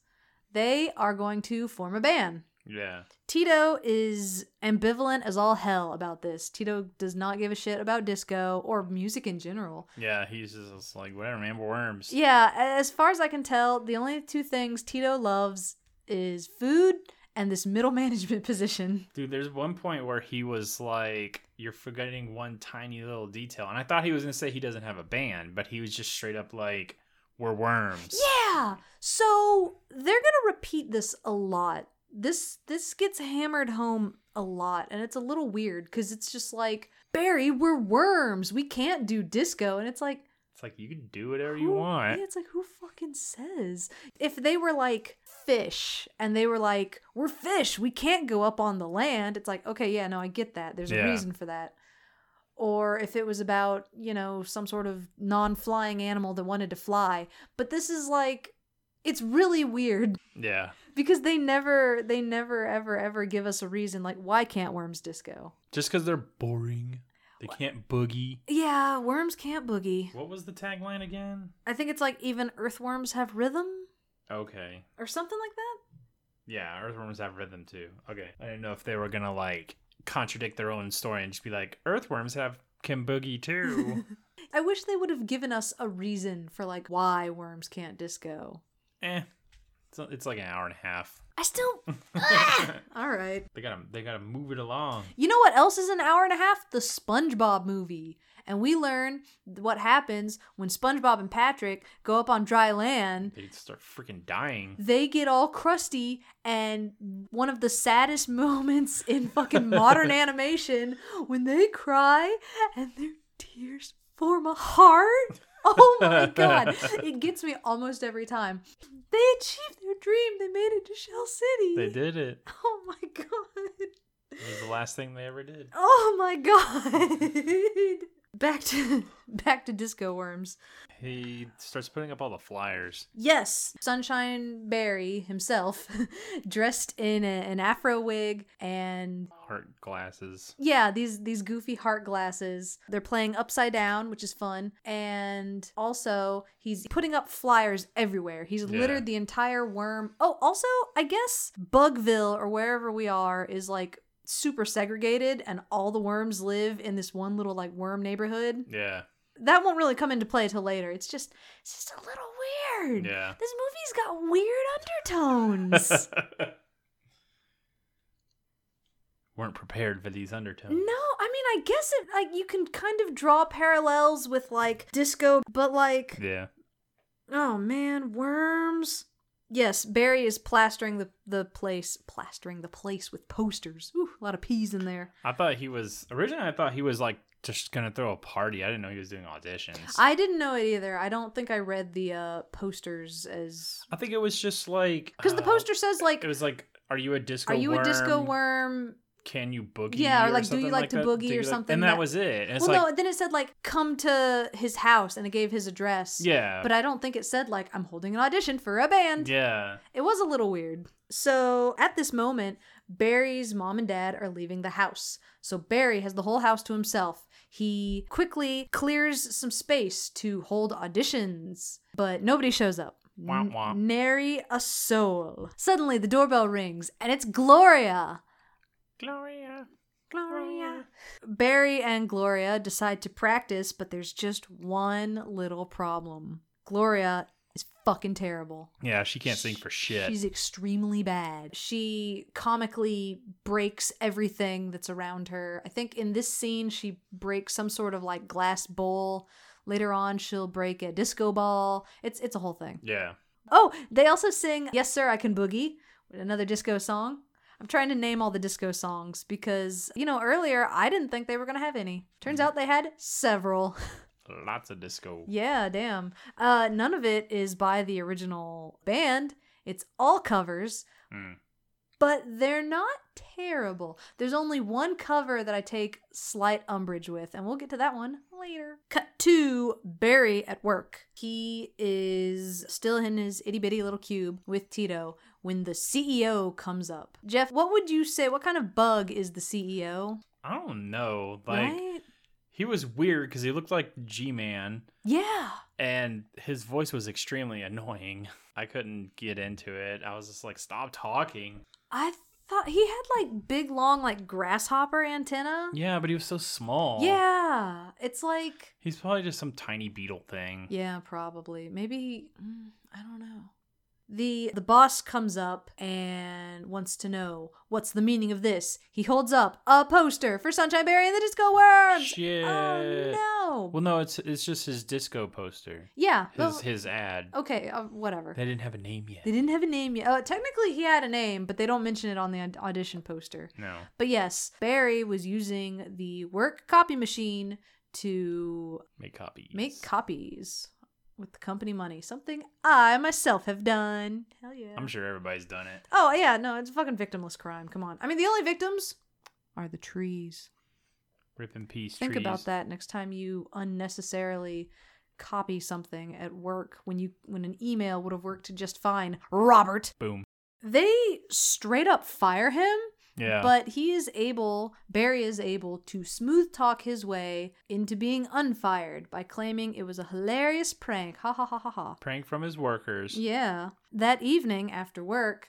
Speaker 1: They are going to form a band.
Speaker 2: Yeah,
Speaker 1: Tito is ambivalent as all hell about this. Tito does not give a shit about disco or music in general.
Speaker 2: yeah, he's just like whatever, man. we're Worms.
Speaker 1: Yeah, as far as I can tell, the only two things Tito loves is food and this middle management position.
Speaker 2: Dude, there's one point where he was like, "You're forgetting one tiny little detail," and I thought he was gonna say he doesn't have a band, but he was just straight up like, "We're worms."
Speaker 1: Yeah. So they're gonna repeat this a lot. This this gets hammered home a lot, and it's a little weird because it's just like Barry, we're worms. We can't do disco, and it's like
Speaker 2: It's like you can do whatever you
Speaker 1: who-
Speaker 2: want.
Speaker 1: Yeah, it's like who fucking says if they were like fish and they were like we're fish, we can't go up on the land. It's like okay, yeah, no, I get that. There's
Speaker 2: Yeah.
Speaker 1: a reason for that. Or if it was about you know some sort of non-flying animal that wanted to fly, but this is like it's really weird
Speaker 2: yeah.
Speaker 1: because they never they never ever ever give us a reason like why can't worms disco
Speaker 2: Just because they're boring, they can't boogie.
Speaker 1: yeah worms can't boogie
Speaker 2: What was the tagline again?
Speaker 1: i think it's like even earthworms have rhythm
Speaker 2: Okay.
Speaker 1: or something like that
Speaker 2: Yeah, earthworms have rhythm too. Okay. I didn't know if they were gonna like contradict their own story and just be like, earthworms have can boogie too.
Speaker 1: I wish they would have given us a reason for like why worms can't disco.
Speaker 2: eh. It's, it's like an hour and a half.
Speaker 1: I still Ah! All right.
Speaker 2: They gotta they gotta move it along.
Speaker 1: You know what else is an hour and a half? The SpongeBob movie. And we learn what happens when SpongeBob and Patrick go up on dry land.
Speaker 2: They start freaking dying.
Speaker 1: They get all crusty and one of the saddest moments in fucking modern animation when they cry and their tears form a heart. Oh my god. It gets me almost every time. They achieved their dream. They made it to Shell City.
Speaker 2: They did it.
Speaker 1: Oh my god.
Speaker 2: It was the last thing they ever did.
Speaker 1: Oh my god. Back to back to disco worms.
Speaker 2: He starts putting up all the flyers.
Speaker 1: Yes, Sunshine Barry himself, dressed in a, an afro wig and
Speaker 2: Heart glasses.
Speaker 1: yeah, these these goofy heart glasses. They're playing upside down, which is fun, and also he's putting up flyers everywhere. He's
Speaker 2: Yeah.
Speaker 1: littered the entire worm. Oh, also, I guess Bugville or wherever we are is like super segregated and all the worms live in this one little like worm neighborhood.
Speaker 2: Yeah.
Speaker 1: That won't really come into play till later. It's just it's just a little weird.
Speaker 2: Yeah.
Speaker 1: This movie's got weird undertones.
Speaker 2: Weren't prepared for these undertones.
Speaker 1: No, I mean, I guess it like you can kind of draw parallels with like disco, but like
Speaker 2: Yeah.
Speaker 1: oh man, worms. Yes, Barry is plastering the, the place, plastering the place with posters. Ooh, a lot of peas in there.
Speaker 2: I thought he was originally. I thought he was like just gonna throw a party. I didn't know he was doing auditions. I,
Speaker 1: I didn't know it either. I don't think I read the uh, posters as
Speaker 2: think it was just like
Speaker 1: because the
Speaker 2: uh,
Speaker 1: poster says like,
Speaker 2: It was like, "Are you a disco?
Speaker 1: "Are you a disco
Speaker 2: worm?
Speaker 1: worm?"
Speaker 2: Can you boogie?
Speaker 1: Yeah, or,
Speaker 2: or
Speaker 1: like, do you
Speaker 2: something
Speaker 1: like to
Speaker 2: that?
Speaker 1: boogie
Speaker 2: Do you
Speaker 1: or
Speaker 2: like-"
Speaker 1: something
Speaker 2: And that
Speaker 1: that-
Speaker 2: was it. And it's
Speaker 1: Well,
Speaker 2: like,
Speaker 1: no. Then it said like, "Come to his house," and it gave his address.
Speaker 2: yeah,
Speaker 1: But I don't think it said like, "I'm holding an audition for a band."
Speaker 2: yeah.
Speaker 1: It was a little weird. So at this moment, Barry's mom and dad are leaving the house. So Barry has the whole house to himself. He quickly clears some space to hold auditions, but nobody shows up.
Speaker 2: Womp womp.
Speaker 1: Nary a soul. Suddenly, the doorbell rings, and it's Gloria.
Speaker 2: Gloria.
Speaker 1: Gloria. Barry and Gloria decide to practice, but there's just one little problem. Gloria is fucking terrible.
Speaker 2: Yeah, she can't sing for shit.
Speaker 1: She's extremely bad. She comically breaks everything that's around her. I think in this scene, she breaks some sort of like glass bowl. Later on, she'll break a disco ball. It's it's a whole thing.
Speaker 2: yeah.
Speaker 1: Oh, they also sing "Yes, Sir, I Can Boogie," another disco song. I'm trying to name all the disco songs because you know earlier I didn't think they were gonna have any. Turns out they had several.
Speaker 2: Lots of disco.
Speaker 1: Yeah, damn. Uh, none of it is by the original band. It's all covers,
Speaker 2: Mm.
Speaker 1: but they're not terrible. There's only one cover that I take slight umbrage with, and we'll get to that one later. Cut to Barry at work. He is still in his itty bitty little cube with Tito when the CEO comes up. Jeff, what would you say? What kind of bug is the CEO?
Speaker 2: I don't know. Like
Speaker 1: right?
Speaker 2: he was weird because he looked like G Man,
Speaker 1: Yeah.
Speaker 2: and his voice was extremely annoying. I couldn't get into it. I was just like, stop talking.
Speaker 1: I thought he had like big, long, like grasshopper antenna.
Speaker 2: Yeah, but he was so small.
Speaker 1: Yeah, it's like
Speaker 2: He's probably just some tiny beetle thing.
Speaker 1: yeah, probably maybe mm, I don't know. The the boss comes up and wants to know what's the meaning of this. He holds up a poster for Sunshine Berry and the Disco Worms.
Speaker 2: Shit.
Speaker 1: Oh no.
Speaker 2: Well, no, it's it's just his disco poster.
Speaker 1: yeah.
Speaker 2: His
Speaker 1: well,
Speaker 2: his ad.
Speaker 1: okay. Uh, whatever.
Speaker 2: They didn't have a name yet.
Speaker 1: Oh. They didn't have a name yet. Oh, technically he had a name, but they don't mention it on the aud- audition poster.
Speaker 2: No.
Speaker 1: But yes, Barry was using the work copy machine to
Speaker 2: Make copies.
Speaker 1: make copies with the company money. Something I myself have done. Hell yeah.
Speaker 2: I'm sure everybody's done it.
Speaker 1: Oh yeah, no, it's a fucking victimless crime. Come on. I mean, the only victims are the trees.
Speaker 2: Rip in peace.
Speaker 1: Think
Speaker 2: trees.
Speaker 1: about that next time you unnecessarily copy something at work when you when an email would have worked just fine. Robert.
Speaker 2: Boom.
Speaker 1: They straight up fire him
Speaker 2: Yeah.
Speaker 1: But he is able, Barry is able to smooth talk his way into being unfired by claiming it was a hilarious prank. Ha ha ha ha ha.
Speaker 2: prank from his workers.
Speaker 1: Yeah. That evening after work,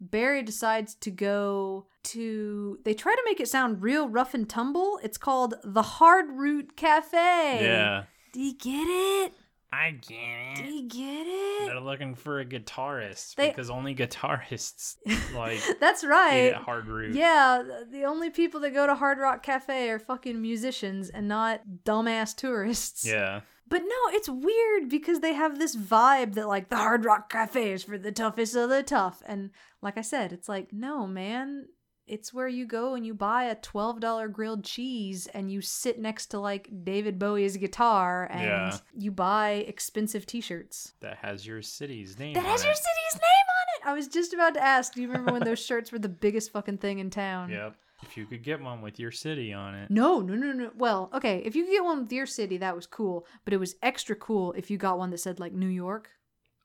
Speaker 1: Barry decides to go to. They try to make it sound real rough and tumble. It's called the Hard Root Cafe.
Speaker 2: Yeah.
Speaker 1: Do you get it?
Speaker 2: I get
Speaker 1: Do
Speaker 2: it.
Speaker 1: you get it?
Speaker 2: They're looking for a guitarist
Speaker 1: They-
Speaker 2: because only guitarists like
Speaker 1: That's
Speaker 2: hate
Speaker 1: right.
Speaker 2: hard root.
Speaker 1: Yeah, th- the only people that go to Hard Rock Cafe are fucking musicians and not dumbass tourists.
Speaker 2: Yeah.
Speaker 1: But no, it's weird because they have this vibe that like the Hard Rock Cafe is for the toughest of the tough. And like I said, it's like, no, man, it's where you go and you buy a $12 grilled cheese and you sit next to like David Bowie's guitar and
Speaker 2: Yeah.
Speaker 1: you buy expensive t-shirts.
Speaker 2: That has your city's name.
Speaker 1: That
Speaker 2: on
Speaker 1: has your
Speaker 2: it.
Speaker 1: city's name on it. I was just about to ask, do you remember when those shirts were the biggest fucking thing in town?
Speaker 2: Yep. If you could get one with your city on it.
Speaker 1: No, no, no, no. Well, okay, if you could get one with your city, that was cool, but it was extra cool if you got one that said like New York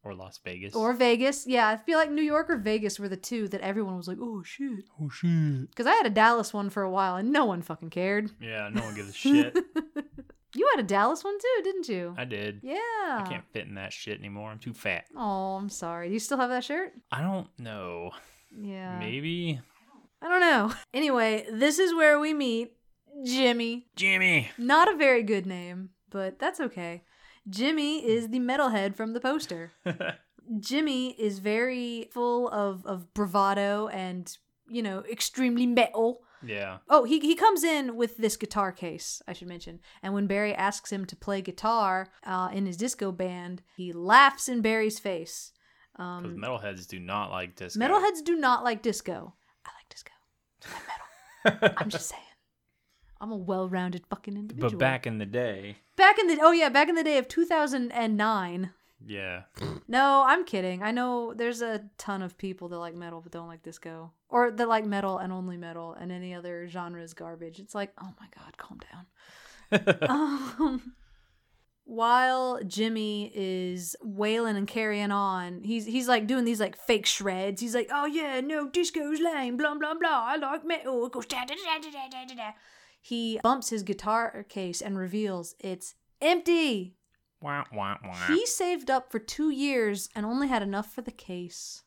Speaker 2: Or Las Vegas.
Speaker 1: or Vegas. Yeah, I feel like New York or Vegas were the two that everyone was like, "Oh shit."
Speaker 2: Oh shit.
Speaker 1: Cuz I had a Dallas one for a while and no one fucking cared.
Speaker 2: Yeah, no one gives a shit.
Speaker 1: You had a Dallas one too, didn't you?
Speaker 2: I did.
Speaker 1: yeah.
Speaker 2: I can't fit in that shit anymore. I'm too fat.
Speaker 1: Oh, I'm sorry. Do you still have that shirt?
Speaker 2: I don't know.
Speaker 1: Yeah.
Speaker 2: Maybe
Speaker 1: I don't know. Anyway, this is where we meet Jimmy.
Speaker 2: Jimmy.
Speaker 1: Not a very good name, but that's okay. Jimmy is the metalhead from the poster. Jimmy is very full of, of bravado and, you know, extremely metal.
Speaker 2: Yeah.
Speaker 1: Oh, he, he comes in with this guitar case, I should mention. And when Barry asks him to play guitar uh, in his disco band, he laughs in Barry's face.
Speaker 2: Because
Speaker 1: Um,
Speaker 2: metalheads do not like disco.
Speaker 1: metalheads do not like disco. I like disco. I'm metal. I'm just saying. I'm a well-rounded fucking individual.
Speaker 2: But back in the day,
Speaker 1: back in the oh yeah, back in the day of 2009.
Speaker 2: yeah.
Speaker 1: No, I'm kidding. I know there's a ton of people that like metal but don't like disco, or that like metal and only metal, and any other genre is garbage. It's like, oh my god, calm down. um, while Jimmy is wailing and carrying on, he's he's like doing these like fake shreds. He's like, oh yeah, no, disco's lame, blah blah blah. I like metal. It goes da da da da da da da. He bumps his guitar case and reveals it's empty.
Speaker 2: Wah, wah, wah.
Speaker 1: He saved up for two years and only had enough for the case.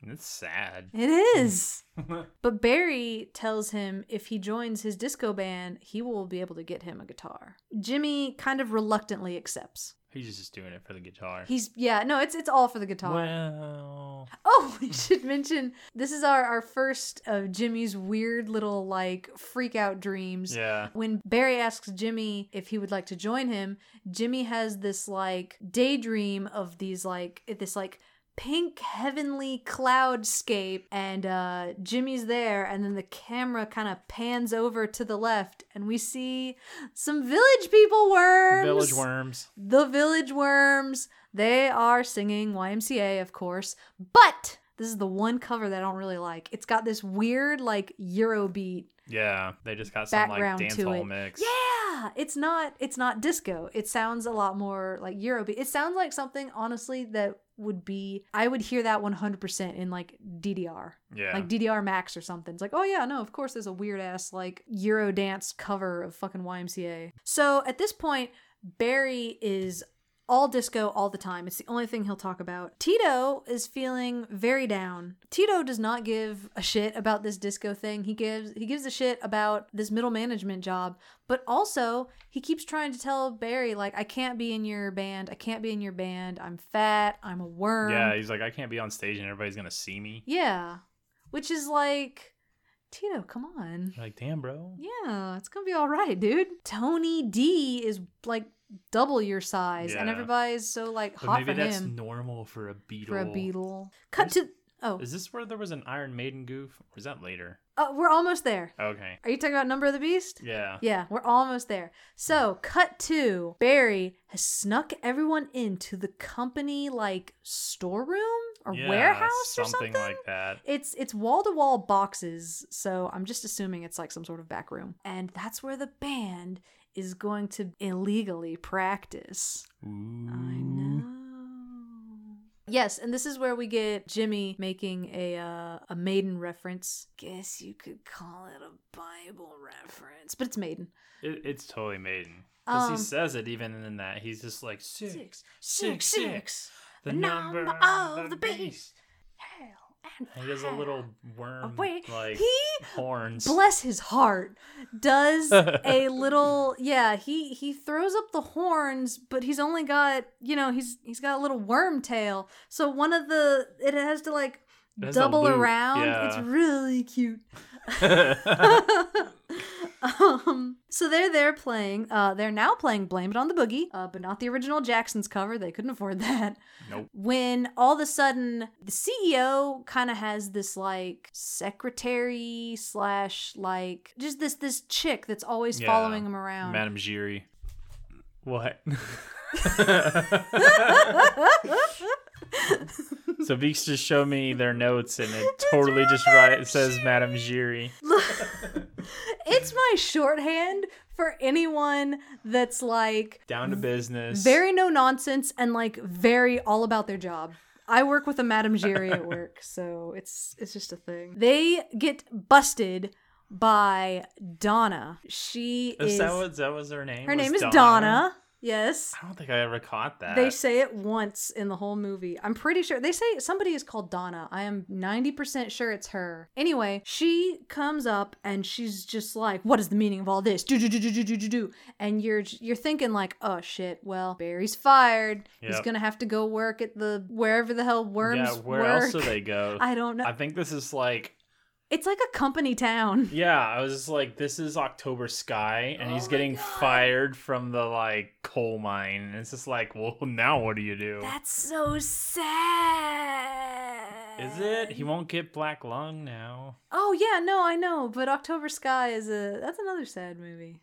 Speaker 2: It's sad.
Speaker 1: It is. but Barry tells him if he joins his disco band, he will be able to get him a guitar. Jimmy kind of reluctantly accepts.
Speaker 2: He's just doing it for the guitar.
Speaker 1: He's yeah, no, it's it's all for the guitar.
Speaker 2: Well,
Speaker 1: Oh, we should mention this is our our first of Jimmy's weird little like freak out dreams.
Speaker 2: yeah.
Speaker 1: When Barry asks Jimmy if he would like to join him, Jimmy has this like daydream of these like this like pink heavenly cloudscape and uh Jimmy's there and then the camera kind of pans over to the left and we see some village people worms.
Speaker 2: Village worms.
Speaker 1: The village worms. They are singing YMCA of course, but this is the one cover that I don't really like. It's got this weird like Eurobeat
Speaker 2: Yeah, they just got some like
Speaker 1: Background to
Speaker 2: dancehall
Speaker 1: it.
Speaker 2: mix.
Speaker 1: yeah, it's not it's not disco. It sounds a lot more like Eurobeat. It sounds like something honestly that would be I would hear that 100% in like DDR.
Speaker 2: Yeah.
Speaker 1: Like DDR Max or something. It's like, "Oh yeah, no, of course there's a weird ass like Eurodance cover of fucking YMCA." So, at this point, Barry is all disco all the time. It's the only thing he'll talk about. Tito is feeling very down. Tito does not give a shit about this disco thing. He gives he gives a shit about this middle management job, but also he keeps trying to tell Barry like I can't be in your band. I can't be in your band. I'm fat. I'm a worm.
Speaker 2: yeah, he's like, I can't be on stage and everybody's gonna see me.
Speaker 1: Yeah. Which is like Tito, come on.
Speaker 2: You're like, damn, bro.
Speaker 1: Yeah, it's gonna be all right, dude. Tony D is like double your size, and
Speaker 2: Yeah.
Speaker 1: everybody's so like
Speaker 2: But
Speaker 1: hot
Speaker 2: maybe
Speaker 1: for
Speaker 2: that's
Speaker 1: him
Speaker 2: normal for a beetle.
Speaker 1: for a beetle. Cut to oh,
Speaker 2: Is this where there was an Iron Maiden goof? Or is that later?
Speaker 1: uh, we're almost there.
Speaker 2: Okay.
Speaker 1: Are you talking about Number of the Beast?
Speaker 2: Yeah.
Speaker 1: Yeah, we're almost there. So, cut to Barry has snuck everyone into the company like storeroom or
Speaker 2: Yeah,
Speaker 1: warehouse or something
Speaker 2: like that.
Speaker 1: It's it's wall to wall boxes, so I'm just assuming it's like some sort of back room. And that's where the band is going to illegally practice. I
Speaker 2: Mm.
Speaker 1: know. Yes, and this is where we get Jimmy making a uh, a Maiden reference. Guess you could call it a Bible reference, but it's Maiden.
Speaker 2: It, it's totally Maiden. Because
Speaker 1: Um,
Speaker 2: he says it even in that. He's just like, six, six, six.
Speaker 1: the number of the beast. Hell and
Speaker 2: And He does a
Speaker 1: fire
Speaker 2: little worm,
Speaker 1: away.
Speaker 2: like,
Speaker 1: he
Speaker 2: horns.
Speaker 1: bless his heart does a little yeah he he throws up the horns but he's only got you know he's he's got a little worm tail so one of the it has to like
Speaker 2: It has a
Speaker 1: double
Speaker 2: loop,
Speaker 1: around it's
Speaker 2: yeah.
Speaker 1: really cute um, so they're there playing uh they're now playing blame it on the boogie uh, but not the original jackson's cover they couldn't afford that
Speaker 2: Nope.
Speaker 1: when all of a sudden the CEO kind of has this like secretary slash like just this this chick that's always
Speaker 2: Yeah.
Speaker 1: following him around.
Speaker 2: Madame Giry. What? so Beeks just showed me their notes and it totally just right it says Madame Giry.
Speaker 1: It's my shorthand for anyone that's like
Speaker 2: Down to business.
Speaker 1: very no nonsense and like very all about their job. I work with a Madame Giry at work, so it's it's just a thing. They get busted by Donna. She is,
Speaker 2: is that what that was her name?
Speaker 1: her
Speaker 2: Was
Speaker 1: name is Donna. Yes.
Speaker 2: I don't think I ever caught that.
Speaker 1: They say it once in the whole movie. I'm pretty sure they say somebody is called Donna. I am 90% sure it's her. Anyway, she comes up and she's just like, "What is the meaning of all this?" Do do do do do do do do. And you're you're thinking like, "Oh shit, well, Barry's fired. He's
Speaker 2: Yep.
Speaker 1: going to have to go work at the wherever the hell worms
Speaker 2: yeah, where
Speaker 1: work."
Speaker 2: else do they go?
Speaker 1: I don't know.
Speaker 2: I think this is like
Speaker 1: It's like a company town.
Speaker 2: Yeah, I was just like, this is October Sky, and
Speaker 1: Oh
Speaker 2: he's getting fired from the like coal mine. And it's just like, well, now what do you do?
Speaker 1: That's so sad.
Speaker 2: Is it? He won't get black lung now.
Speaker 1: Oh yeah, no, I know, but October Sky is a that's another sad movie.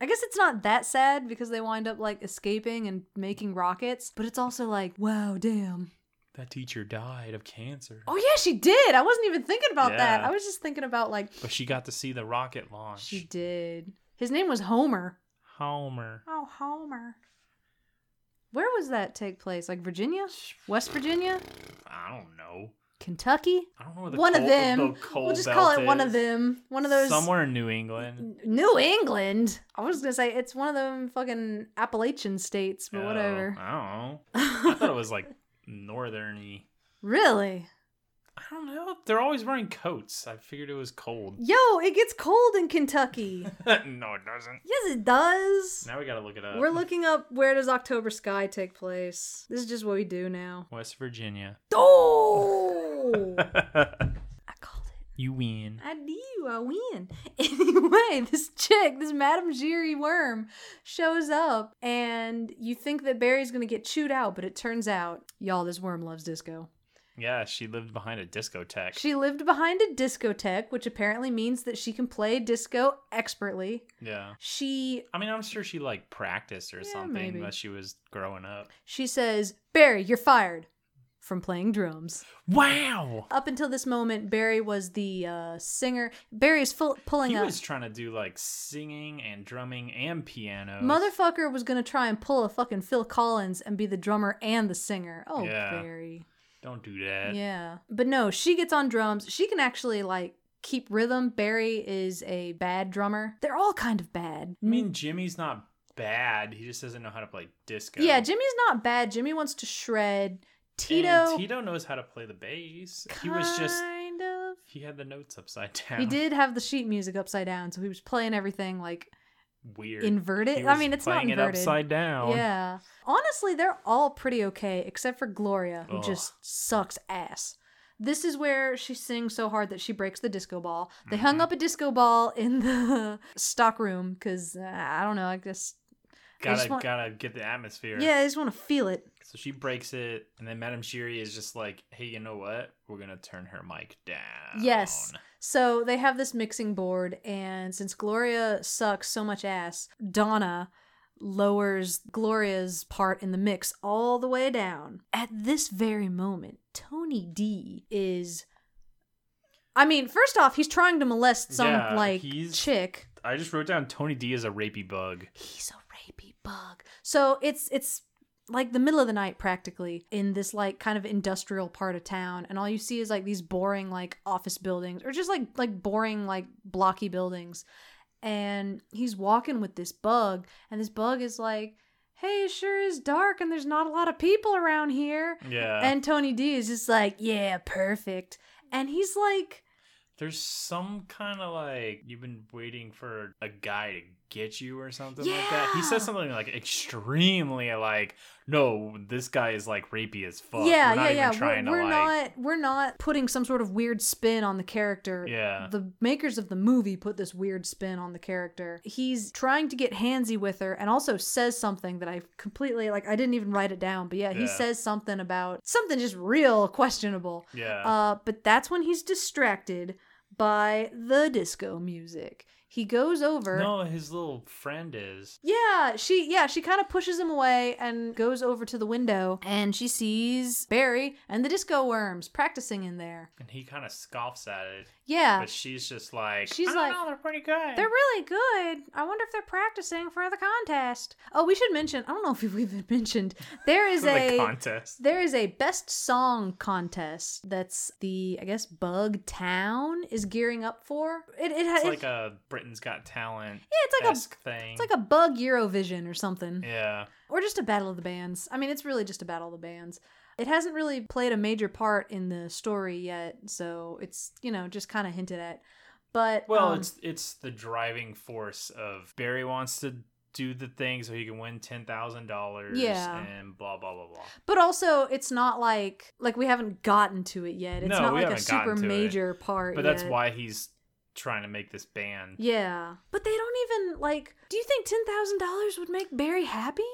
Speaker 1: I guess it's not that sad because they wind up like escaping and making rockets, but it's also like, wow, damn.
Speaker 2: That teacher died of cancer.
Speaker 1: Oh yeah, she did. I wasn't even thinking about that.
Speaker 2: Yeah.
Speaker 1: I was just thinking about like
Speaker 2: But she got to see the rocket launch.
Speaker 1: she did. His name was Homer.
Speaker 2: Homer.
Speaker 1: Oh, Homer. Where was that take place? Like Virginia? West Virginia?
Speaker 2: I don't know.
Speaker 1: Kentucky?
Speaker 2: I don't know where the
Speaker 1: One of
Speaker 2: coal-
Speaker 1: them.
Speaker 2: the coal
Speaker 1: We'll just
Speaker 2: belt
Speaker 1: call it one
Speaker 2: is.
Speaker 1: of them. One of those
Speaker 2: somewhere in New England.
Speaker 1: New England. I was gonna say it's one of them fucking Appalachian states, but
Speaker 2: Oh,
Speaker 1: Mm, whatever.
Speaker 2: I don't know. I thought it was like northerny.
Speaker 1: really?
Speaker 2: I don't know. They're always wearing coats. I figured it was cold.
Speaker 1: Yo, it gets cold in Kentucky.
Speaker 2: no, it doesn't.
Speaker 1: yes, it does.
Speaker 2: Now we gotta look it up.
Speaker 1: We're looking up where does October Sky take place. This is just what we do now.
Speaker 2: West Virginia.
Speaker 1: Oh, I called it.
Speaker 2: you win.
Speaker 1: I do. I win. Anyway, this chick, this Madame Giry worm, shows up, and you think that Barry's gonna get chewed out, but it turns out, y'all, this worm loves disco.
Speaker 2: Yeah, she lived behind a discotheque.
Speaker 1: She lived behind a discotheque, which apparently means that she can play disco expertly.
Speaker 2: yeah.
Speaker 1: She
Speaker 2: I mean, I'm sure she like practiced or
Speaker 1: Yeah,
Speaker 2: something
Speaker 1: maybe.
Speaker 2: as she was growing up.
Speaker 1: she says, "Barry, you're fired from playing drums."
Speaker 2: Wow.
Speaker 1: Up until this moment, Barry was the uh, singer. Barry is full- pulling
Speaker 2: He
Speaker 1: up.
Speaker 2: was trying to do like singing and drumming and piano.
Speaker 1: Motherfucker was gonna try and pull a fucking Phil Collins and be the drummer and the singer. Oh,
Speaker 2: Yeah.
Speaker 1: Barry.
Speaker 2: Don't do that.
Speaker 1: Yeah. But no, she gets on drums. She can actually like keep rhythm. Barry is a bad drummer. They're all kind of bad.
Speaker 2: I mean, Jimmy's not bad. He just doesn't know how to play disco.
Speaker 1: Yeah, Jimmy's not bad. Jimmy wants to shred. Tito,
Speaker 2: And Tito knows how to play the bass. He was just
Speaker 1: kind of.
Speaker 2: he had the notes upside down.
Speaker 1: He did have the sheet music upside down, so he was playing everything like
Speaker 2: weird.
Speaker 1: inverted.
Speaker 2: He
Speaker 1: I
Speaker 2: was
Speaker 1: mean, it's not
Speaker 2: playing
Speaker 1: inverted.
Speaker 2: it upside down.
Speaker 1: Yeah. Honestly, they're all pretty okay, except for Gloria, who
Speaker 2: Ugh.
Speaker 1: just sucks ass. This is where she sings so hard that she breaks the disco ball. They
Speaker 2: Mm-hmm.
Speaker 1: hung up a disco ball in the stock room because uh, I don't know. I guess
Speaker 2: Gotta
Speaker 1: just want-
Speaker 2: gotta get the atmosphere.
Speaker 1: yeah, I just want to feel it.
Speaker 2: So she breaks it, and then Madame Shiri is just like, "Hey, you know what? We're gonna turn her mic down."
Speaker 1: Yes. So they have this mixing board, and since Gloria sucks so much ass, Donna lowers Gloria's part in the mix all the way down. At this very moment, Tony D is. I mean, first off, he's trying to molest some
Speaker 2: Yeah,
Speaker 1: like
Speaker 2: he's-
Speaker 1: chick.
Speaker 2: I just wrote down Tony D is a rapey bug.
Speaker 1: He's a rapey bug. So it's it's like the middle of the night practically in this like kind of industrial part of town and all you see is like these boring like office buildings or just like like boring like blocky buildings and he's walking with this bug and this bug is like hey it sure is dark and there's not a lot of people around here
Speaker 2: Yeah.
Speaker 1: and tony d is just like yeah perfect and he's like
Speaker 2: There's some kind of like you've been waiting for a guy to get you or something like that. He
Speaker 1: Yeah.
Speaker 2: says something like extremely like, "No, this guy is like rapey as fuck."
Speaker 1: yeah
Speaker 2: we're not
Speaker 1: yeah
Speaker 2: even
Speaker 1: yeah
Speaker 2: Trying
Speaker 1: we're, we're
Speaker 2: to like,
Speaker 1: not we're not putting some sort of weird spin on the character
Speaker 2: Yeah.
Speaker 1: the makers of the movie put this weird spin on the character he's trying to get handsy with her and also says something that i completely like i didn't even write it down but yeah, he
Speaker 2: Yeah.
Speaker 1: says something about something just real questionable
Speaker 2: Yeah.
Speaker 1: uh but that's when he's distracted by the disco music he goes over
Speaker 2: no, his little friend is.
Speaker 1: yeah, she yeah, she kind of pushes him away and goes over to the window and she sees Barry and the disco worms practicing in there.
Speaker 2: And he kind of scoffs at it,
Speaker 1: Yeah.
Speaker 2: but she's just like,
Speaker 1: She's
Speaker 2: "I don't
Speaker 1: like-
Speaker 2: know, they're pretty good.
Speaker 1: They're really good. I wonder if they're practicing for the contest. Oh, we should mention, I don't know if we've even mentioned, there is
Speaker 2: the
Speaker 1: a
Speaker 2: contest.
Speaker 1: there is a best song contest that's the I guess Bug Town is gearing up for. It it has
Speaker 2: It's like a Britain's Got Talent.
Speaker 1: yeah, it's like a
Speaker 2: thing.
Speaker 1: it's like a bug Eurovision or something.
Speaker 2: yeah.
Speaker 1: or just a battle of the bands. I mean, it's really just a battle of the bands. It hasn't really played a major part in the story yet, so it's you know just kind of hinted at. But
Speaker 2: Well,
Speaker 1: um,
Speaker 2: it's it's the driving force of Barry wants to do the thing so he can win ten thousand dollars.
Speaker 1: Yeah.
Speaker 2: and blah blah blah blah.
Speaker 1: But also, it's not like like we haven't gotten to it yet. It's
Speaker 2: No,
Speaker 1: not
Speaker 2: we
Speaker 1: like a
Speaker 2: haven't
Speaker 1: super
Speaker 2: gotten to it.
Speaker 1: major part.
Speaker 2: But that's
Speaker 1: yet.
Speaker 2: why he's trying to make this band.
Speaker 1: Yeah, but they don't even like. Do you think ten thousand dollars would make Barry happy?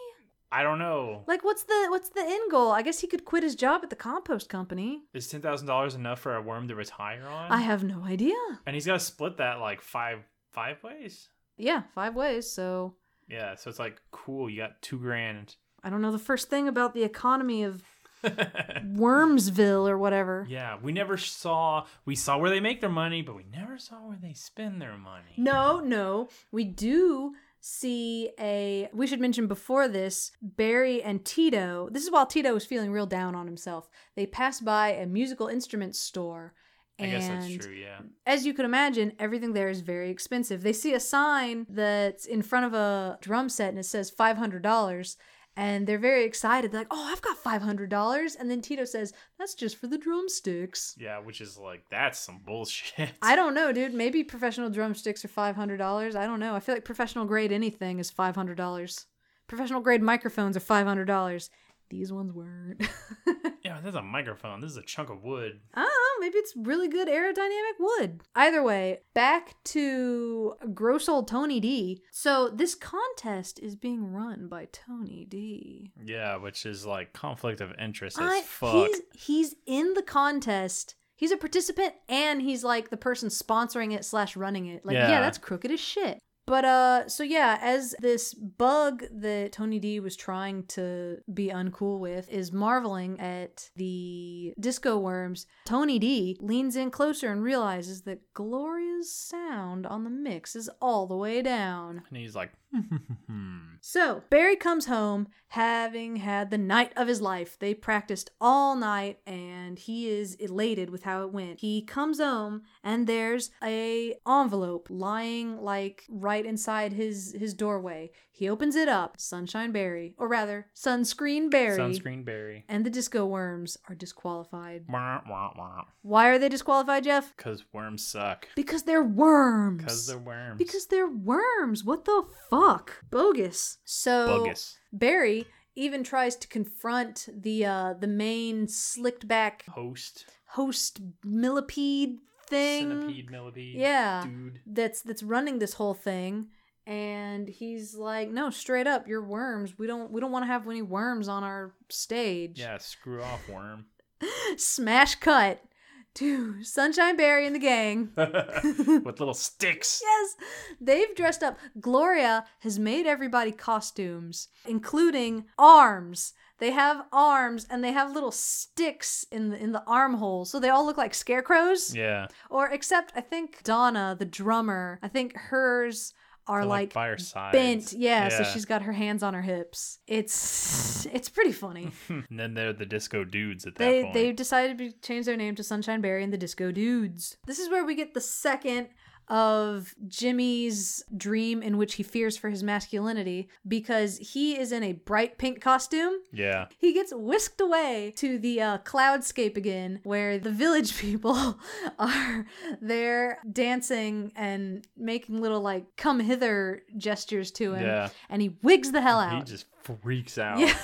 Speaker 2: I don't know.
Speaker 1: Like, what's the what's the end goal? I guess he could quit his job at the compost company.
Speaker 2: Is ten thousand dollars enough for a worm to retire on?
Speaker 1: I have no idea.
Speaker 2: and he's got to split that like five five ways.
Speaker 1: Yeah, five ways. So
Speaker 2: Yeah, so it's like cool. You got two grand.
Speaker 1: I don't know the first thing about the economy of Wormsville or whatever.
Speaker 2: yeah, we never saw. We saw where they make their money, but we never saw where they spend their money.
Speaker 1: No, no, we do see a. We should mention before this Barry and Tito. This is while Tito was feeling real down on himself. They pass by a musical instrument store.
Speaker 2: I guess that's
Speaker 1: and
Speaker 2: true. Yeah.
Speaker 1: as you can imagine, everything there is very expensive. They see a sign that's in front of a drum set and it says $500. And they're very excited. They're like, oh, I've got $500. And then Tito says, that's just for the drumsticks.
Speaker 2: Yeah, which is like that's some bullshit.
Speaker 1: I don't know, dude. Maybe professional drumsticks are $500. I don't know. I feel like professional grade anything is $500. Professional grade microphones are $500. These ones weren't.
Speaker 2: Yeah, that's a microphone. This is a chunk of wood.
Speaker 1: I don't know. Maybe it's really good aerodynamic wood. Either way, back to gross old Tony D. So this contest is being run by Tony D.
Speaker 2: Yeah, which is like conflict of interest
Speaker 1: I-
Speaker 2: as fuck.
Speaker 1: He's, he's in the contest. He's a participant and he's like the person sponsoring it slash running it. Like, yeah.
Speaker 2: Yeah.
Speaker 1: that's crooked as shit. But uh so yeah, as this bug that Tony D was trying to be uncool with is marveling at the disco worms, Tony D leans in closer and realizes that Gloria's sound on the mix is all the way down.
Speaker 2: And he's like,
Speaker 1: So, Barry comes home having had the night of his life. They practiced all night and he is elated with how it went. He comes home and there's a envelope lying like right inside his his doorway. He opens it up. Sunshine Barry, or rather, Sunscreen Barry.
Speaker 2: sunscreen berry.
Speaker 1: And the disco worms are disqualified.
Speaker 2: Wah, wah, wah.
Speaker 1: Why are they disqualified, Jeff?
Speaker 2: Cause worms suck.
Speaker 1: Because they're worms.
Speaker 2: Cause they're worms.
Speaker 1: Because they're worms. What the fuck? Bogus. So
Speaker 2: bogus.
Speaker 1: Barry even tries to confront the uh the main slicked back
Speaker 2: Host.
Speaker 1: host millipede thing.
Speaker 2: Centipede millipede.
Speaker 1: Yeah.
Speaker 2: Dude.
Speaker 1: That's that's running this whole thing and he's like, "No, straight up, you're worms. We don't we don't want to have any worms on our stage."
Speaker 2: Yeah, screw off worm.
Speaker 1: Smash cut to Sunshine Barry and the gang.
Speaker 2: With little sticks.
Speaker 1: Yes, they've dressed up. Gloria has made everybody costumes, including arms. They have arms and they have little sticks in the in the armholes, so they all look like scarecrows.
Speaker 2: Yeah.
Speaker 1: Or except I think Donna, the drummer, I think hers are
Speaker 2: They're,
Speaker 1: like,
Speaker 2: by her side.
Speaker 1: bent. Yeah, so she's got her hands on her hips. It's it's pretty funny.
Speaker 2: And then they're the disco dudes at that
Speaker 1: they
Speaker 2: point.
Speaker 1: they decided to change their name to Sunshine Berry and the Disco Dudes. This is where we get the second of Jimmy's dream in which he fears for his masculinity because he is in a bright pink costume.
Speaker 2: Yeah.
Speaker 1: He gets whisked away to the uh, cloudscape again, where the village people are there dancing and making little like "come hither" gestures to him,
Speaker 2: Yeah.
Speaker 1: and he wigs the hell
Speaker 2: He
Speaker 1: out.
Speaker 2: just freaks out.
Speaker 1: Yeah.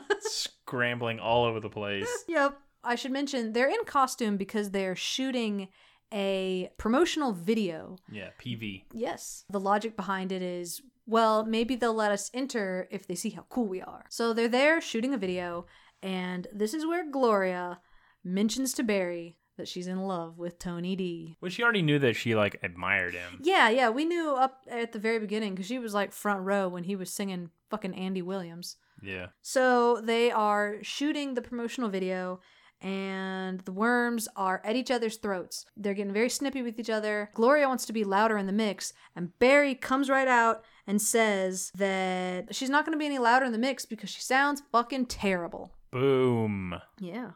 Speaker 2: Scrambling all over the place.
Speaker 1: Yep. I should mention they're in costume because they're shooting a promotional video.
Speaker 2: Yeah, PV.
Speaker 1: Yes. The logic behind it is well, maybe they'll let us enter if they see how cool we are. So they're there shooting a video, and this is where Gloria mentions to Barry that she's in love with Tony D.
Speaker 2: Which she already knew that she like admired him.
Speaker 1: Yeah, yeah, we knew up at the very beginning because she was like front row when he was singing fucking Andy Williams.
Speaker 2: Yeah.
Speaker 1: So they are shooting the promotional video, and the worms are at each other's throats. They're getting very snippy with each other. Gloria wants to be louder in the mix, and Barry comes right out and says that she's not going to be any louder in the mix because she sounds fucking terrible.
Speaker 2: Boom.
Speaker 1: Yeah.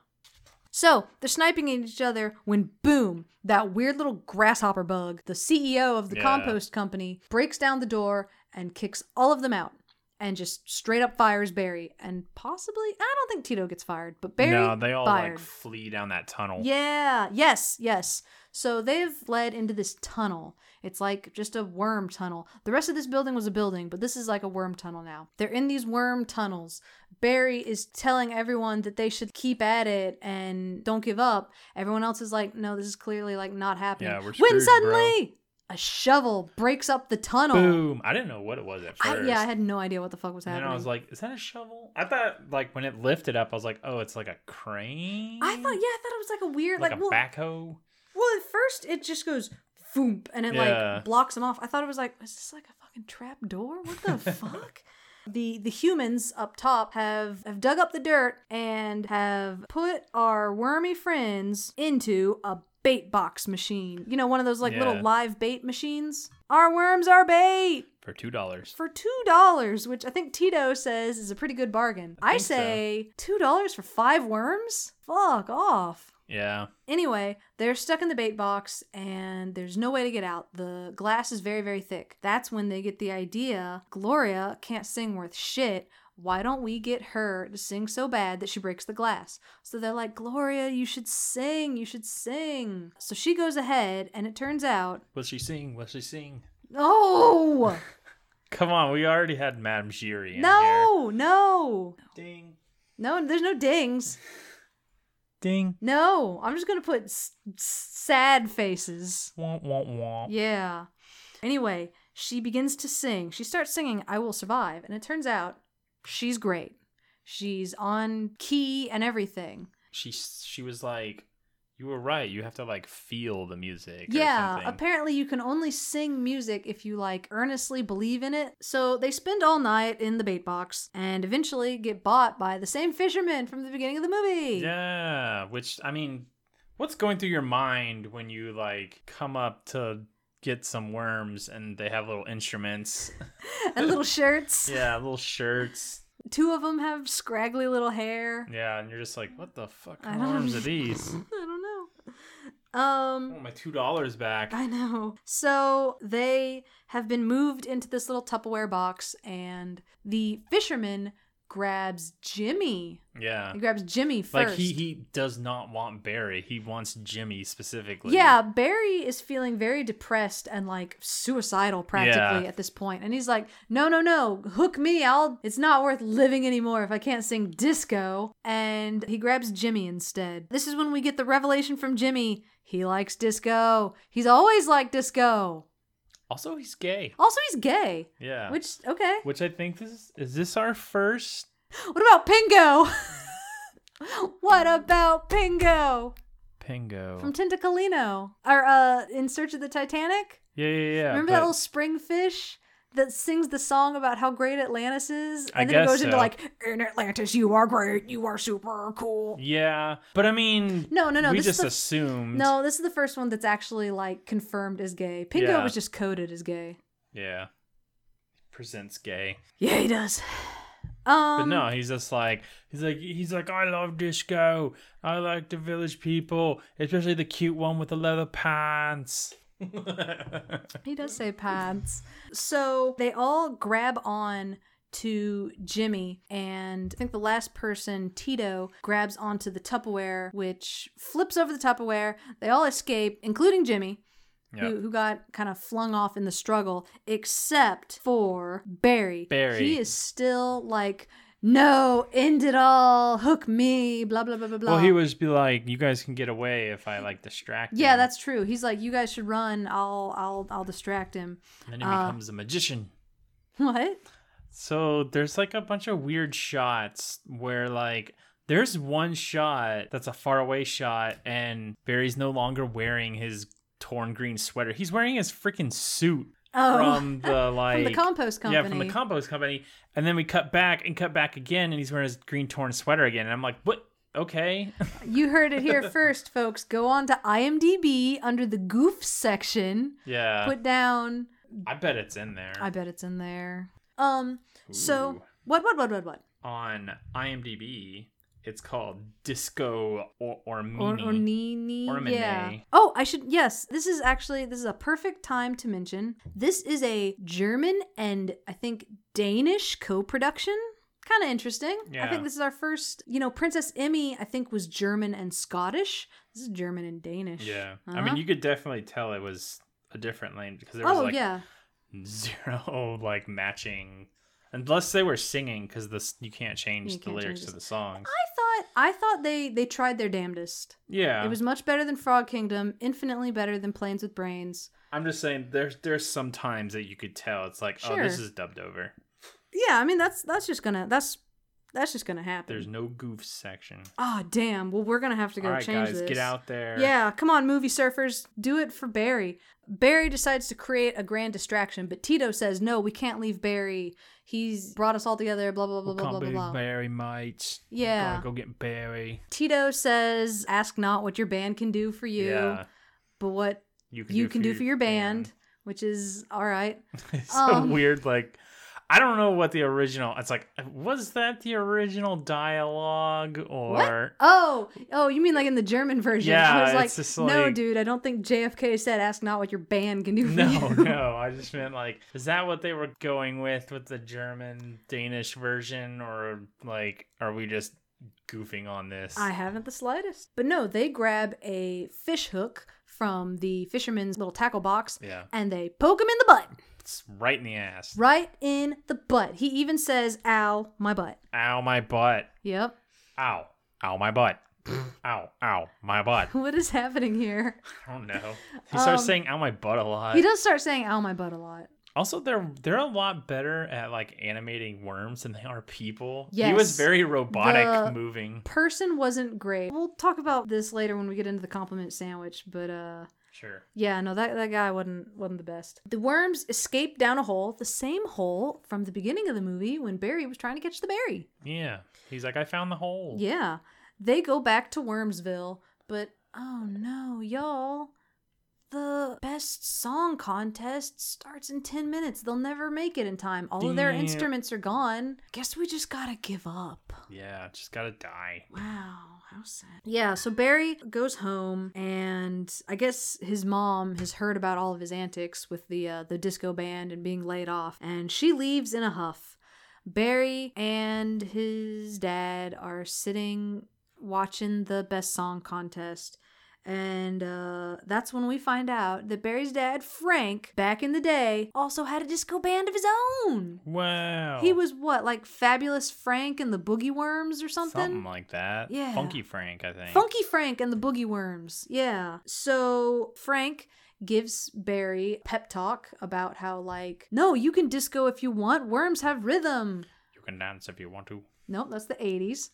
Speaker 1: So they're sniping at each other when boom, that weird little grasshopper bug, the CEO of the
Speaker 2: Yeah.
Speaker 1: compost company, breaks down the door and kicks all of them out. and just straight up fires Barry and possibly I don't think Tito gets fired, but Barry
Speaker 2: no, they all
Speaker 1: fired.
Speaker 2: like flee down that tunnel.
Speaker 1: Yeah. Yes. Yes. So they've led into this tunnel. It's like just a worm tunnel. The rest of this building was a building, but this is like a worm tunnel now. They're in these worm tunnels. Barry is telling everyone that they should keep at it and don't give up. Everyone else is like, no, this is clearly like not happening.
Speaker 2: Yeah, we're
Speaker 1: when
Speaker 2: screwed,
Speaker 1: suddenly a shovel breaks up the tunnel.
Speaker 2: Boom! I didn't know what it was at
Speaker 1: I,
Speaker 2: first.
Speaker 1: yeah, I had no idea what the fuck was
Speaker 2: and
Speaker 1: happening.
Speaker 2: then I was like, "Is that a shovel?" I thought like when it lifted up, I was like, "Oh, it's like a crane."
Speaker 1: I thought, yeah, I thought it was like a weird,
Speaker 2: like,
Speaker 1: like,
Speaker 2: a
Speaker 1: well,
Speaker 2: backhoe.
Speaker 1: Well, at first it just goes foomp and it
Speaker 2: Yeah.
Speaker 1: like blocks him off. I thought it was like, is this like a fucking trap door? What the fuck? The the humans up top have have dug up the dirt and have put our wormy friends into a bait box machine. You know, one of those like
Speaker 2: Yeah.
Speaker 1: little live bait machines. Our worms are bait
Speaker 2: for two dollars.
Speaker 1: for two dollars, which I think Tito says is a pretty good bargain. I,
Speaker 2: think so.
Speaker 1: say two dollars for five worms? Fuck off.
Speaker 2: Yeah,
Speaker 1: Anyway, they're stuck in the bait box and there's no way to get out. The glass is very, very thick. That's when they get the idea Gloria can't sing worth shit. Why don't we get her to sing so bad that she breaks the glass? So they're like, Gloria, you should sing, you should sing. So she goes ahead and it turns out,
Speaker 2: was she sing? Was she sing?
Speaker 1: oh,
Speaker 2: Come on, we already had Madame Giry in
Speaker 1: no, no,
Speaker 2: here. Ding,
Speaker 1: no, there's no dings.
Speaker 2: ding,
Speaker 1: No, I'm just going to put s- s- sad faces.
Speaker 2: womp womp womp.
Speaker 1: Yeah. Anyway, she begins to sing. She starts singing I Will Survive, and it turns out she's great. She's on key and everything.
Speaker 2: She she was like, "You were right. You have to like feel the music."
Speaker 1: yeah,
Speaker 2: or something.
Speaker 1: apparently you can only sing music if you like earnestly believe in it. So they spend all night in the bait box and eventually get bought by the same fisherman from the beginning of the movie.
Speaker 2: Yeah, which I mean, what's going through your mind when you like come up to get some worms and they have little instruments?
Speaker 1: And little shirts.
Speaker 2: yeah, little shirts.
Speaker 1: Two of them have scraggly little hair.
Speaker 2: Yeah, and you're just like, what the fuck
Speaker 1: I
Speaker 2: kind
Speaker 1: don't-
Speaker 2: of worms are these?
Speaker 1: I don't know. Um
Speaker 2: I want my two dollars back.
Speaker 1: I know. So they have been moved into this little Tupperware box, and the fisherman grabs Jimmy.
Speaker 2: Yeah.
Speaker 1: He grabs Jimmy first.
Speaker 2: Like he he does not want Barry. He wants Jimmy specifically.
Speaker 1: yeah, Barry is feeling very depressed and like suicidal practically at this point. And he's like, "No, no, no. Hook me. I'll it's not worth living anymore if I can't sing disco." And he grabs Jimmy instead. This is when we get the revelation from Jimmy. He likes disco. He's always liked disco.
Speaker 2: Also, he's gay.
Speaker 1: Also, he's gay.
Speaker 2: Yeah. Which
Speaker 1: Which okay.
Speaker 2: which I think this is, is this our first.
Speaker 1: What about Pingo? what about Pingo
Speaker 2: Pingo.
Speaker 1: from Tentacalino? Or uh, in Search of the Titanic?
Speaker 2: yeah, yeah, yeah.
Speaker 1: Remember
Speaker 2: but-
Speaker 1: that little spring fish that sings the song about how great Atlantis is,
Speaker 2: I
Speaker 1: and then it
Speaker 2: guess
Speaker 1: goes into
Speaker 2: so.
Speaker 1: like, "In Atlantis, you are great. You are super cool."
Speaker 2: Yeah, but I mean,
Speaker 1: No, no, no,
Speaker 2: We
Speaker 1: this is
Speaker 2: just
Speaker 1: the-
Speaker 2: assumed.
Speaker 1: No, this is the first one that's actually like confirmed as gay. Pingo
Speaker 2: Yeah.
Speaker 1: was just coded as gay.
Speaker 2: Yeah. Presents gay.
Speaker 1: Yeah, he does.
Speaker 2: But
Speaker 1: Um,
Speaker 2: no, he's just like he's like he's like I love disco. I like the village people, especially the cute one with the leather pants.
Speaker 1: He does say pads. So they all grab on to Jimmy, and I think the last person, Tito, grabs onto the Tupperware, which flips over the Tupperware. They all escape, including Jimmy. Who,
Speaker 2: Yep.
Speaker 1: who got kind of flung off in the struggle, except for Barry.
Speaker 2: Barry.
Speaker 1: He is still like, no, end it all, hook me, blah, blah, blah, blah, blah.
Speaker 2: Well, he would be like, "You guys can get away if I like distract."
Speaker 1: Yeah,
Speaker 2: him."
Speaker 1: that's true. He's like, you guys should run, I'll, I'll, I'll distract him.
Speaker 2: And then he
Speaker 1: uh,
Speaker 2: becomes a magician.
Speaker 1: What?
Speaker 2: So there's like a bunch of weird shots where like there's one shot that's a faraway shot and Barry's no longer wearing his torn green sweater. He's wearing his freaking suit
Speaker 1: Oh.
Speaker 2: from the like
Speaker 1: compost
Speaker 2: Yeah, from
Speaker 1: company.
Speaker 2: the compost company. And then we cut back and cut back again and he's wearing his green torn sweater again. And I'm like, "What? Okay."
Speaker 1: You heard it here first, folks. Go on to IMDb under the goof section.
Speaker 2: yeah.
Speaker 1: Put down.
Speaker 2: I bet it's in there.
Speaker 1: I bet it's in there. Um. So what? What? What? What? What?
Speaker 2: On IMDb, it's called Disco or or,
Speaker 1: Or, or
Speaker 2: Meanie.
Speaker 1: Nini.
Speaker 2: Or
Speaker 1: yeah.
Speaker 2: Minnie.
Speaker 1: Oh, I should. Yes, this is actually this is a perfect time to mention. This is a German and I think Danish co production. Kind of interesting. I
Speaker 2: Yeah.
Speaker 1: think this is our first, you know, Princess Emmy, I think, was German and Scottish. This is German and Danish.
Speaker 2: Yeah. I
Speaker 1: Uh-huh.
Speaker 2: mean, you could definitely tell it was a different lane because there was
Speaker 1: oh,
Speaker 2: like
Speaker 1: yeah.
Speaker 2: zero like matching. Unless they were singing because this you can't change
Speaker 1: You
Speaker 2: the
Speaker 1: can't
Speaker 2: lyrics
Speaker 1: change
Speaker 2: to
Speaker 1: the-
Speaker 2: the songs.
Speaker 1: I thought I thought they they tried their damnedest.
Speaker 2: Yeah.
Speaker 1: It was much better than Frog Kingdom, infinitely better than Planes with Brains.
Speaker 2: I'm just saying there's there's some times that you could tell it's like, oh, this
Speaker 1: Sure.
Speaker 2: is dubbed over.
Speaker 1: Yeah, I mean that's that's just gonna that's that's just gonna happen.
Speaker 2: There's no goof section.
Speaker 1: Oh damn. Well we're gonna have to go
Speaker 2: All right,
Speaker 1: change
Speaker 2: guys,
Speaker 1: this.
Speaker 2: get out there.
Speaker 1: Yeah, come on, movie surfers, do it for Barry. Barry decides to create a grand distraction, but Tito says, No, we can't leave Barry. He's brought us all together, blah blah blah blah
Speaker 2: Well,
Speaker 1: blah
Speaker 2: can't
Speaker 1: blah
Speaker 2: be
Speaker 1: blah.
Speaker 2: Barry, mate.
Speaker 1: Yeah.
Speaker 2: Gotta go get Barry.
Speaker 1: Tito says, Ask not what your band can do for you,
Speaker 2: Yeah.
Speaker 1: but what
Speaker 2: You
Speaker 1: you can do for your band, which is all right.
Speaker 2: It's
Speaker 1: Um,
Speaker 2: so weird. Like, I don't know what the original. It's like, was that the original dialogue or?
Speaker 1: Oh, oh, you mean like in the German version? I
Speaker 2: Yeah,
Speaker 1: was like,
Speaker 2: it's just
Speaker 1: no,
Speaker 2: like-
Speaker 1: dude, I don't think JFK said ask not what your band can do for
Speaker 2: No,
Speaker 1: you.
Speaker 2: no. I just meant like, is that what they were going with with the German Danish version, or like, are we just goofing on this?
Speaker 1: I haven't the slightest. But no, they grab a fish hook from the fisherman's little tackle box
Speaker 2: Yeah.
Speaker 1: and they poke him in the butt.
Speaker 2: It's right in the ass.
Speaker 1: Right in the butt. He even says, ow, my butt.
Speaker 2: Ow, my butt.
Speaker 1: Yep.
Speaker 2: Ow. Ow, my butt. ow, ow, my butt.
Speaker 1: What is happening here?
Speaker 2: I don't know. He starts
Speaker 1: Um,
Speaker 2: saying "ow my butt" a lot.
Speaker 1: He does start saying, ow, my butt a lot.
Speaker 2: Also, they're they're a lot better at like animating worms than they are people. He
Speaker 1: Yes.
Speaker 2: was very robotic
Speaker 1: The-
Speaker 2: moving.
Speaker 1: Person wasn't great. We'll talk about this later when we get into the compliment sandwich, but uh
Speaker 2: Sure.
Speaker 1: Yeah, no, that, that guy wasn't wasn't the best. The worms escaped down a hole, the same hole from the beginning of the movie when Barry was trying to catch the berry.
Speaker 2: Yeah. He's like, I found the hole.
Speaker 1: Yeah. They go back to Wormsville, but oh no, y'all. The best song contest starts in 10 minutes. They'll never make it in time. All of their
Speaker 2: Damn.
Speaker 1: instruments are gone. Guess we just gotta give up.
Speaker 2: Yeah. Just gotta die.
Speaker 1: Wow, how sad. Yeah, so Barry goes home, and I guess his mom has heard about all of his antics with the uh, the disco band and being laid off, and she leaves in a huff. Barry and his dad are sitting watching the best song contest. And uh, that's when we find out that Barry's dad, Frank, back in the day, also had a disco band of his own.
Speaker 2: Wow.
Speaker 1: He was what, like Fabulous Frank and the Boogie Worms or something?
Speaker 2: something like that.
Speaker 1: Yeah.
Speaker 2: Funky Frank, I think.
Speaker 1: Funky Frank and the Boogie Worms. Yeah. So Frank gives Barry pep talk about how like, no, you can disco if you want. Worms have rhythm.
Speaker 2: You can dance if you want to.
Speaker 1: Nope, that's the 80s.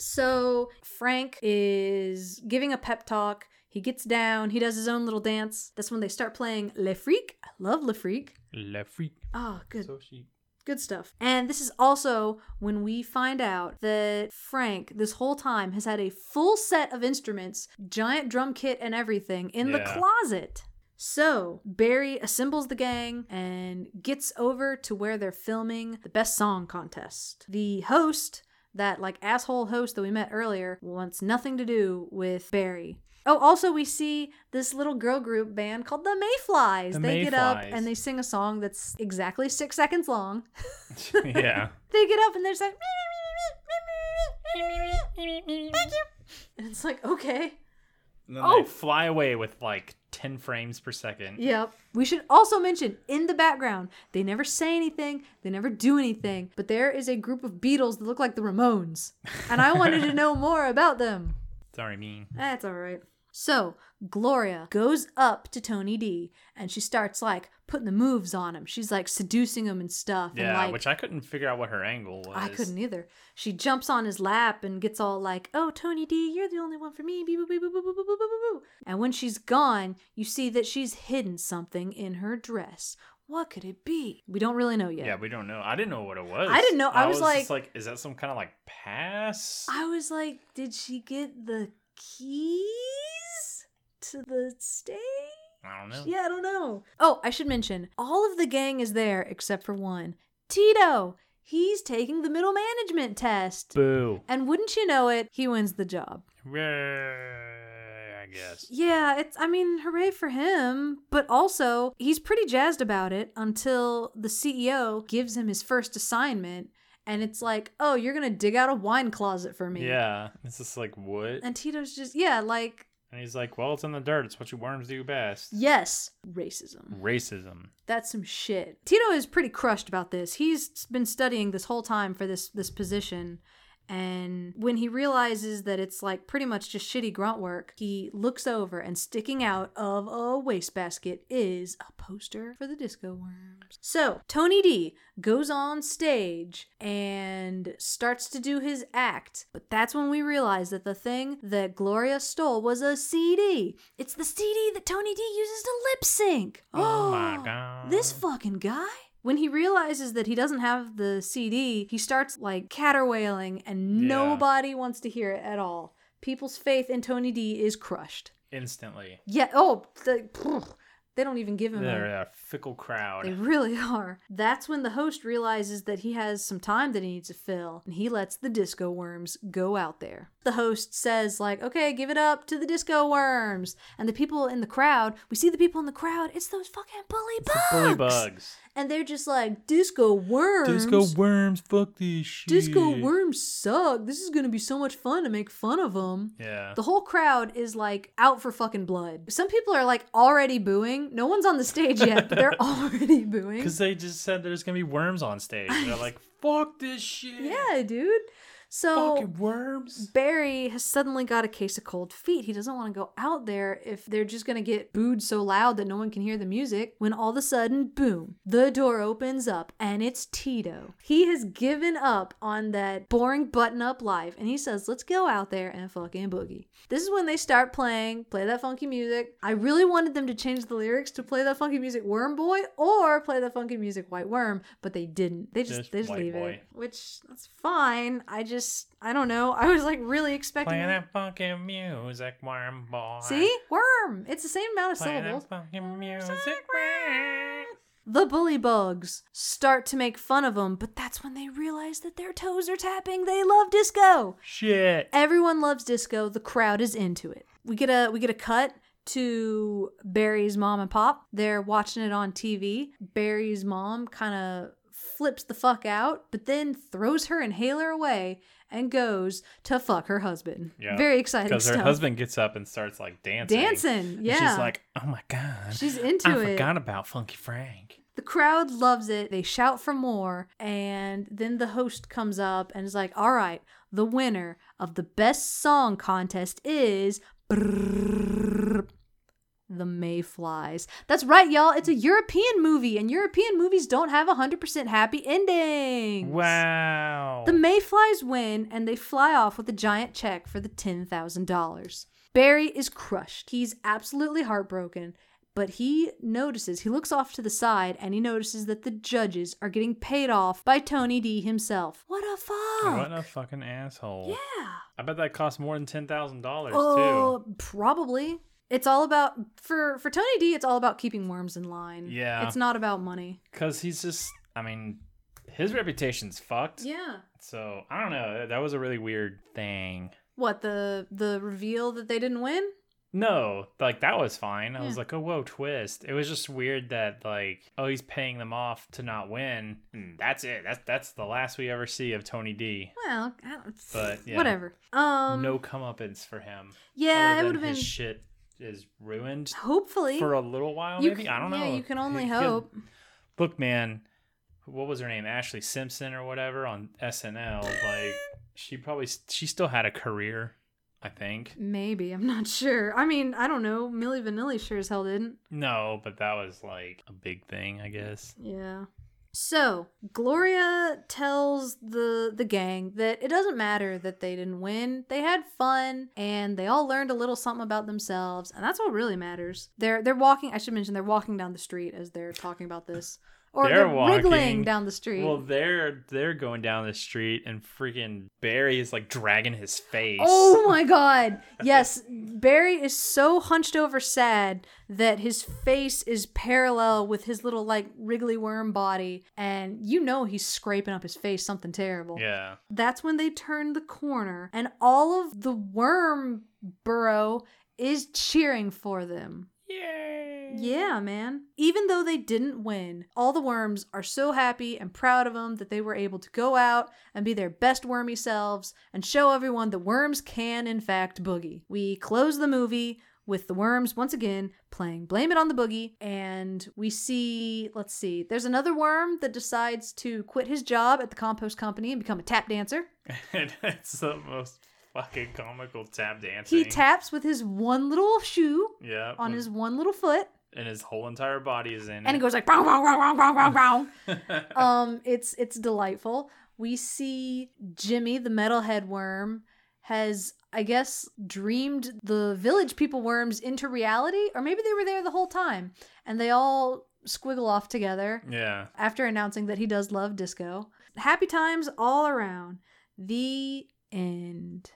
Speaker 1: So Frank is giving a pep talk. He gets down. He does his own little dance. That's when they start playing Le Freak. I love Le Freak.
Speaker 2: Le freak.
Speaker 1: Oh, good.
Speaker 2: So she.
Speaker 1: Good stuff. And this is also when we find out that Frank, this whole time, has had a full set of instruments, giant drum kit, and everything in the
Speaker 2: Yeah.
Speaker 1: closet. So Barry assembles the gang and gets over to where they're filming the best song contest. The host, that like asshole host that we met earlier, wants nothing to do with Barry. Oh, also we see this little girl group band called the Mayflies.
Speaker 2: The
Speaker 1: they get up
Speaker 2: Mayflies.
Speaker 1: and they sing a song that's exactly six seconds long.
Speaker 2: yeah.
Speaker 1: They get up and they're just like, thank you. And it's like, okay.
Speaker 2: And then
Speaker 1: Oh.
Speaker 2: they fly away with like 10 frames per second.
Speaker 1: Yep. We should also mention in the background, they never say anything, they never do anything, but there is a group of Beatles that look like the Ramones. And I wanted to know more about them.
Speaker 2: Sorry, mean.
Speaker 1: That's all right. So Gloria goes up to Tony D and she starts like putting the moves on him. She's like seducing him and stuff.
Speaker 2: Yeah,
Speaker 1: and, like,
Speaker 2: which I couldn't figure out what her angle was.
Speaker 1: I couldn't either. She jumps on his lap and gets all like, "Oh, Tony D, you're the only one for me." Beep, boop, beep, boop, boop, boop, boop, boop, boop, boop. And when she's gone, you see that she's hidden something in her dress. What could it be? We don't really know yet.
Speaker 2: Yeah, we don't know. I didn't know what it was.
Speaker 1: I didn't know. I was
Speaker 2: just
Speaker 1: like-
Speaker 2: like, is that some kind of like pass?
Speaker 1: I was like, "Did she get the keys to the stage?"
Speaker 2: I don't know.
Speaker 1: Yeah, I don't know. Oh, I should mention all of the gang is there except for one. Tito. He's taking the middle management test.
Speaker 2: Boo.
Speaker 1: And wouldn't you know it, he wins the job.
Speaker 2: Yeah, I guess.
Speaker 1: Yeah, it's I mean, hooray for him, but also he's pretty jazzed about it until the CEO gives him his first assignment and it's like, "Oh, you're going to dig out a wine closet for me."
Speaker 2: Yeah. It's just like, what?
Speaker 1: And Tito's just, yeah, like,
Speaker 2: And he's like, well, it's in the dirt. It's what you worms do best.
Speaker 1: "Yes, racism."
Speaker 2: Racism.
Speaker 1: That's some shit. Tito is pretty crushed about this. He's been studying this whole time for this this position. And when he realizes that it's like pretty much just shitty grunt work, he looks over and sticking out of a wastebasket is a poster for the disco worms. So Tony D goes on stage and starts to do his act. But that's when we realize that the thing that Gloria stole was a CD. It's the CD that Tony D uses to lip sync.
Speaker 2: Oh my God.
Speaker 1: This fucking guy? When he realizes that he doesn't have the CD, he starts like caterwailing and
Speaker 2: Yeah.
Speaker 1: nobody wants to hear it at all. People's faith in Tony D is crushed.
Speaker 2: Instantly.
Speaker 1: Yeah, oh, the, they don't even give him
Speaker 2: They're
Speaker 1: a,
Speaker 2: a fickle crowd.
Speaker 1: they really are. That's when the host realizes that he has some time that he needs to fill, and he lets the disco worms go out there. The host says, like, okay, give it up to the disco worms. And the people in the crowd, we see the people in the crowd, it's those fucking bully bugs.
Speaker 2: Bully bugs.
Speaker 1: And they're just like, disco worms.
Speaker 2: worms. Fuck this shit.
Speaker 1: Disco worms suck. This is gonna be so much fun to make fun of them.
Speaker 2: Yeah.
Speaker 1: The whole crowd is like out for fucking blood. Some people are like already booing. No one's on the stage yet, but they're already booing.
Speaker 2: Because they just said there's gonna be worms on stage. They're like, fuck this shit.
Speaker 1: Yeah, dude. So
Speaker 2: Fucking worms.
Speaker 1: Barry has suddenly got a case of cold feet. He doesn't want to go out there if they're just going to get booed so loud that no one can hear the music. When all of a sudden, boom, the door opens up and it's Tito. He has given up on that boring button up life and he says, let's go out there and fucking boogie. This is when they start playing, play that funky music. I really wanted them to change the lyrics to play that funky music Worm Boy or play that funky music White Worm, but they didn't. They just,
Speaker 2: Just
Speaker 1: they just
Speaker 2: White
Speaker 1: leave
Speaker 2: Boy.
Speaker 1: it which that's fine. I just I don't know. I was like really expecting.
Speaker 2: Playing that fucking music, worm boy.
Speaker 1: See, worm. It's the same amount of
Speaker 2: Playing
Speaker 1: syllables.
Speaker 2: that fucking music, worm.
Speaker 1: The bully bugs start to make fun of them, but that's when they realize that their toes are tapping. They love disco.
Speaker 2: Shit.
Speaker 1: Everyone loves disco. The crowd is into it. We get a we get a cut to Barry's mom and pop. They're watching it on TV. Barry's mom kind of flips the fuck out, but then throws her inhaler away and goes to fuck her husband.
Speaker 2: Yeah.
Speaker 1: Very exciting
Speaker 2: Because her
Speaker 1: stuff.
Speaker 2: husband gets up and starts like dancing.
Speaker 1: Dancing,
Speaker 2: And
Speaker 1: yeah.
Speaker 2: she's like, oh my god.
Speaker 1: She's into
Speaker 2: I
Speaker 1: it.
Speaker 2: forgot about Funky Frank.
Speaker 1: The crowd loves it. They shout for more. And then the host comes up and is like, all right, the winner of the best song contest is. The Mayflies. That's right, y'all. It's a European movie, and European movies don't have 100% happy endings.
Speaker 2: Wow.
Speaker 1: The Mayflies win and they fly off with a giant check for the $10,000. Barry is crushed. He's absolutely heartbroken, but he notices, he looks off to the side and he notices that the judges are getting paid off by Tony D himself. What a fuck!
Speaker 2: what a fucking asshole.
Speaker 1: yeah.
Speaker 2: I bet that cost more than ten thousand dollars
Speaker 1: Oh, probably. It's all about for for Tony D. It's all about keeping worms in line.
Speaker 2: Yeah.
Speaker 1: it's not about money.
Speaker 2: too. Cause he's just I mean, his reputation's fucked.
Speaker 1: Yeah.
Speaker 2: So I don't know. That was a really weird thing.
Speaker 1: What the the reveal that they didn't win?
Speaker 2: No, like that was fine. I was
Speaker 1: Yeah.
Speaker 2: like, oh whoa, twist. It was just weird that like, oh, he's paying them off to not win. And that's it. That's that's the last we ever see of Tony D.
Speaker 1: Well, I don't,
Speaker 2: But, yeah.
Speaker 1: whatever. Um,
Speaker 2: no comeuppance for him.
Speaker 1: Yeah,
Speaker 2: other
Speaker 1: it
Speaker 2: than
Speaker 1: would have been.
Speaker 2: his shit is ruined
Speaker 1: hopefully,
Speaker 2: for a little while.
Speaker 1: You
Speaker 2: maybe
Speaker 1: can-
Speaker 2: I don't know.
Speaker 1: yeah, you can only
Speaker 2: He- he-
Speaker 1: hope.
Speaker 2: Look, man, what was her name? Ashley Simpson or whatever on SNL. Like she probably she still had a career. I think
Speaker 1: maybe I'm not sure. I mean, I don't know. Millie Vanilli sure as hell didn't.
Speaker 2: no, but that was like a big thing, I guess.
Speaker 1: Yeah. So Gloria tells the the gang that it doesn't matter that they didn't win. They had fun and they all learned a little something about themselves, and that's what really matters. They're they're walking. I should mention they're walking down the street as they're talking about this, or
Speaker 2: They're
Speaker 1: they're, wriggling
Speaker 2: walking.
Speaker 1: down the street.
Speaker 2: Well, they're they're going down the street and freaking Barry is like dragging his face.
Speaker 1: Oh my god. Yes, Barry is so hunched over sad that his face is parallel with his little like wriggly worm body and you know he's scraping up his face something terrible.
Speaker 2: yeah,
Speaker 1: That's when they turn the corner and all of the worm burrow is cheering for them.
Speaker 2: Yay!
Speaker 1: Yeah, man. Even though they didn't win, all the worms are so happy and proud of them that they were able to go out and be their best wormy selves and show everyone that worms can, in fact, boogie. We close the movie with the worms once again playing Blame It on the Boogie, and we see, let's see, there's another worm that decides to quit his job at the compost company and become a tap dancer.
Speaker 2: And it's the most fucking comical tap dancing.
Speaker 1: He taps with his one little shoe
Speaker 2: yeah,
Speaker 1: on his one little foot.
Speaker 2: and his whole entire body is in
Speaker 1: and it
Speaker 2: it.
Speaker 1: goes like brown, brown, brown, brown, brown, brown, brown. um, it's it's delightful. We see Jimmy the metalhead worm has, I guess, dreamed the village people worms into reality, or maybe they were there the whole time, and they all squiggle off together
Speaker 2: yeah,
Speaker 1: after announcing that he does love disco. Happy times all around. The end.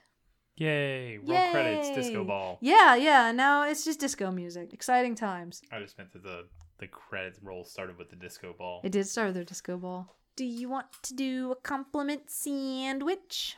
Speaker 2: yay! Roll credits, disco
Speaker 1: Yay.
Speaker 2: ball.
Speaker 1: Yeah, yeah. Now it's just disco music. Exciting times.
Speaker 2: I just meant that the the credits roll started with the disco ball.
Speaker 1: It did start with their disco ball. Do you want to do a compliment sandwich?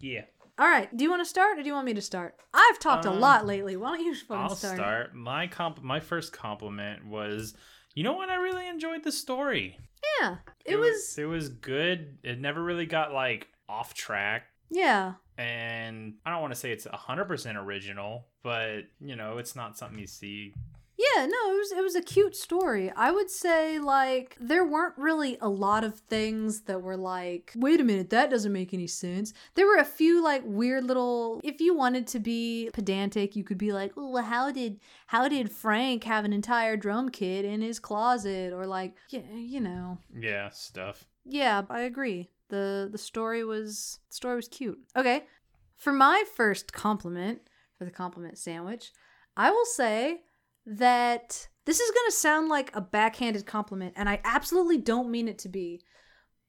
Speaker 2: yeah,
Speaker 1: All right. Do you want to start or do you want me to start? I've talked a
Speaker 2: Um,
Speaker 1: lot lately. Why don't you fucking
Speaker 2: I'll
Speaker 1: start?
Speaker 2: start. My comp, my first compliment was, you know what? I really enjoyed the story.
Speaker 1: Yeah. It, was,
Speaker 2: it was good. It never really got like off track.
Speaker 1: yeah.
Speaker 2: and I don't want to say it's 100% original, but you know, it's not something you see.
Speaker 1: Yeah, no, it was it was a cute story. I would say like there weren't really a lot of things that were like, wait a minute, that doesn't make any sense. There were a few like weird little if you wanted to be pedantic, you could be like, "Oh, well, how did how did Frank have an entire drum kit in his closet?" or like, yeah, you know.
Speaker 2: Yeah, stuff.
Speaker 1: Yeah, I agree. The the story was the story was cute. Okay. For my first compliment for the compliment sandwich, I will say that this is going to sound like a backhanded compliment and I absolutely don't mean it to be.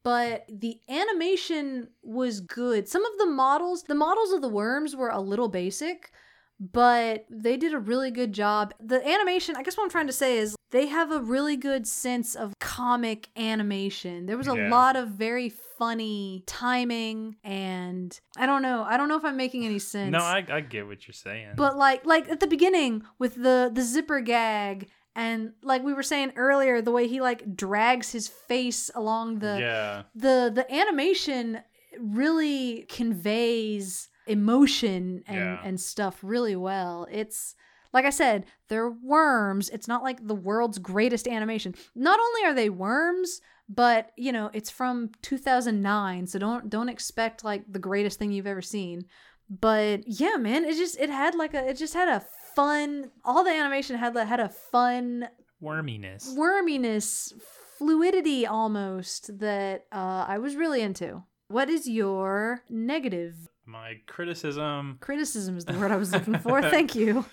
Speaker 1: But the animation was good. Some of the models, the models of the worms were a little basic, but they did a really good job. The animation, I guess what I'm trying to say is they have a really good sense of comic animation. There was a
Speaker 2: Yeah.
Speaker 1: lot of very funny timing and I don't know. I don't know if I'm making any sense.
Speaker 2: No, I, I get what you're saying.
Speaker 1: But like like at the beginning with the the zipper gag and like we were saying earlier the way he like drags his face along the
Speaker 2: yeah,
Speaker 1: the the animation really conveys emotion and
Speaker 2: Yeah.
Speaker 1: and stuff really well. It's like I said, they're worms. It's not like the world's greatest animation. Not only are they worms, but you know, it's from 2009, so don't don't expect like the greatest thing you've ever seen. But yeah, man, it just it had like a it just had a fun all the animation had had a fun
Speaker 2: worminess.
Speaker 1: worminess, fluidity almost that uh, I was really into. What is your negative
Speaker 2: My criticism
Speaker 1: criticism? Is the word I was looking for. Thank you.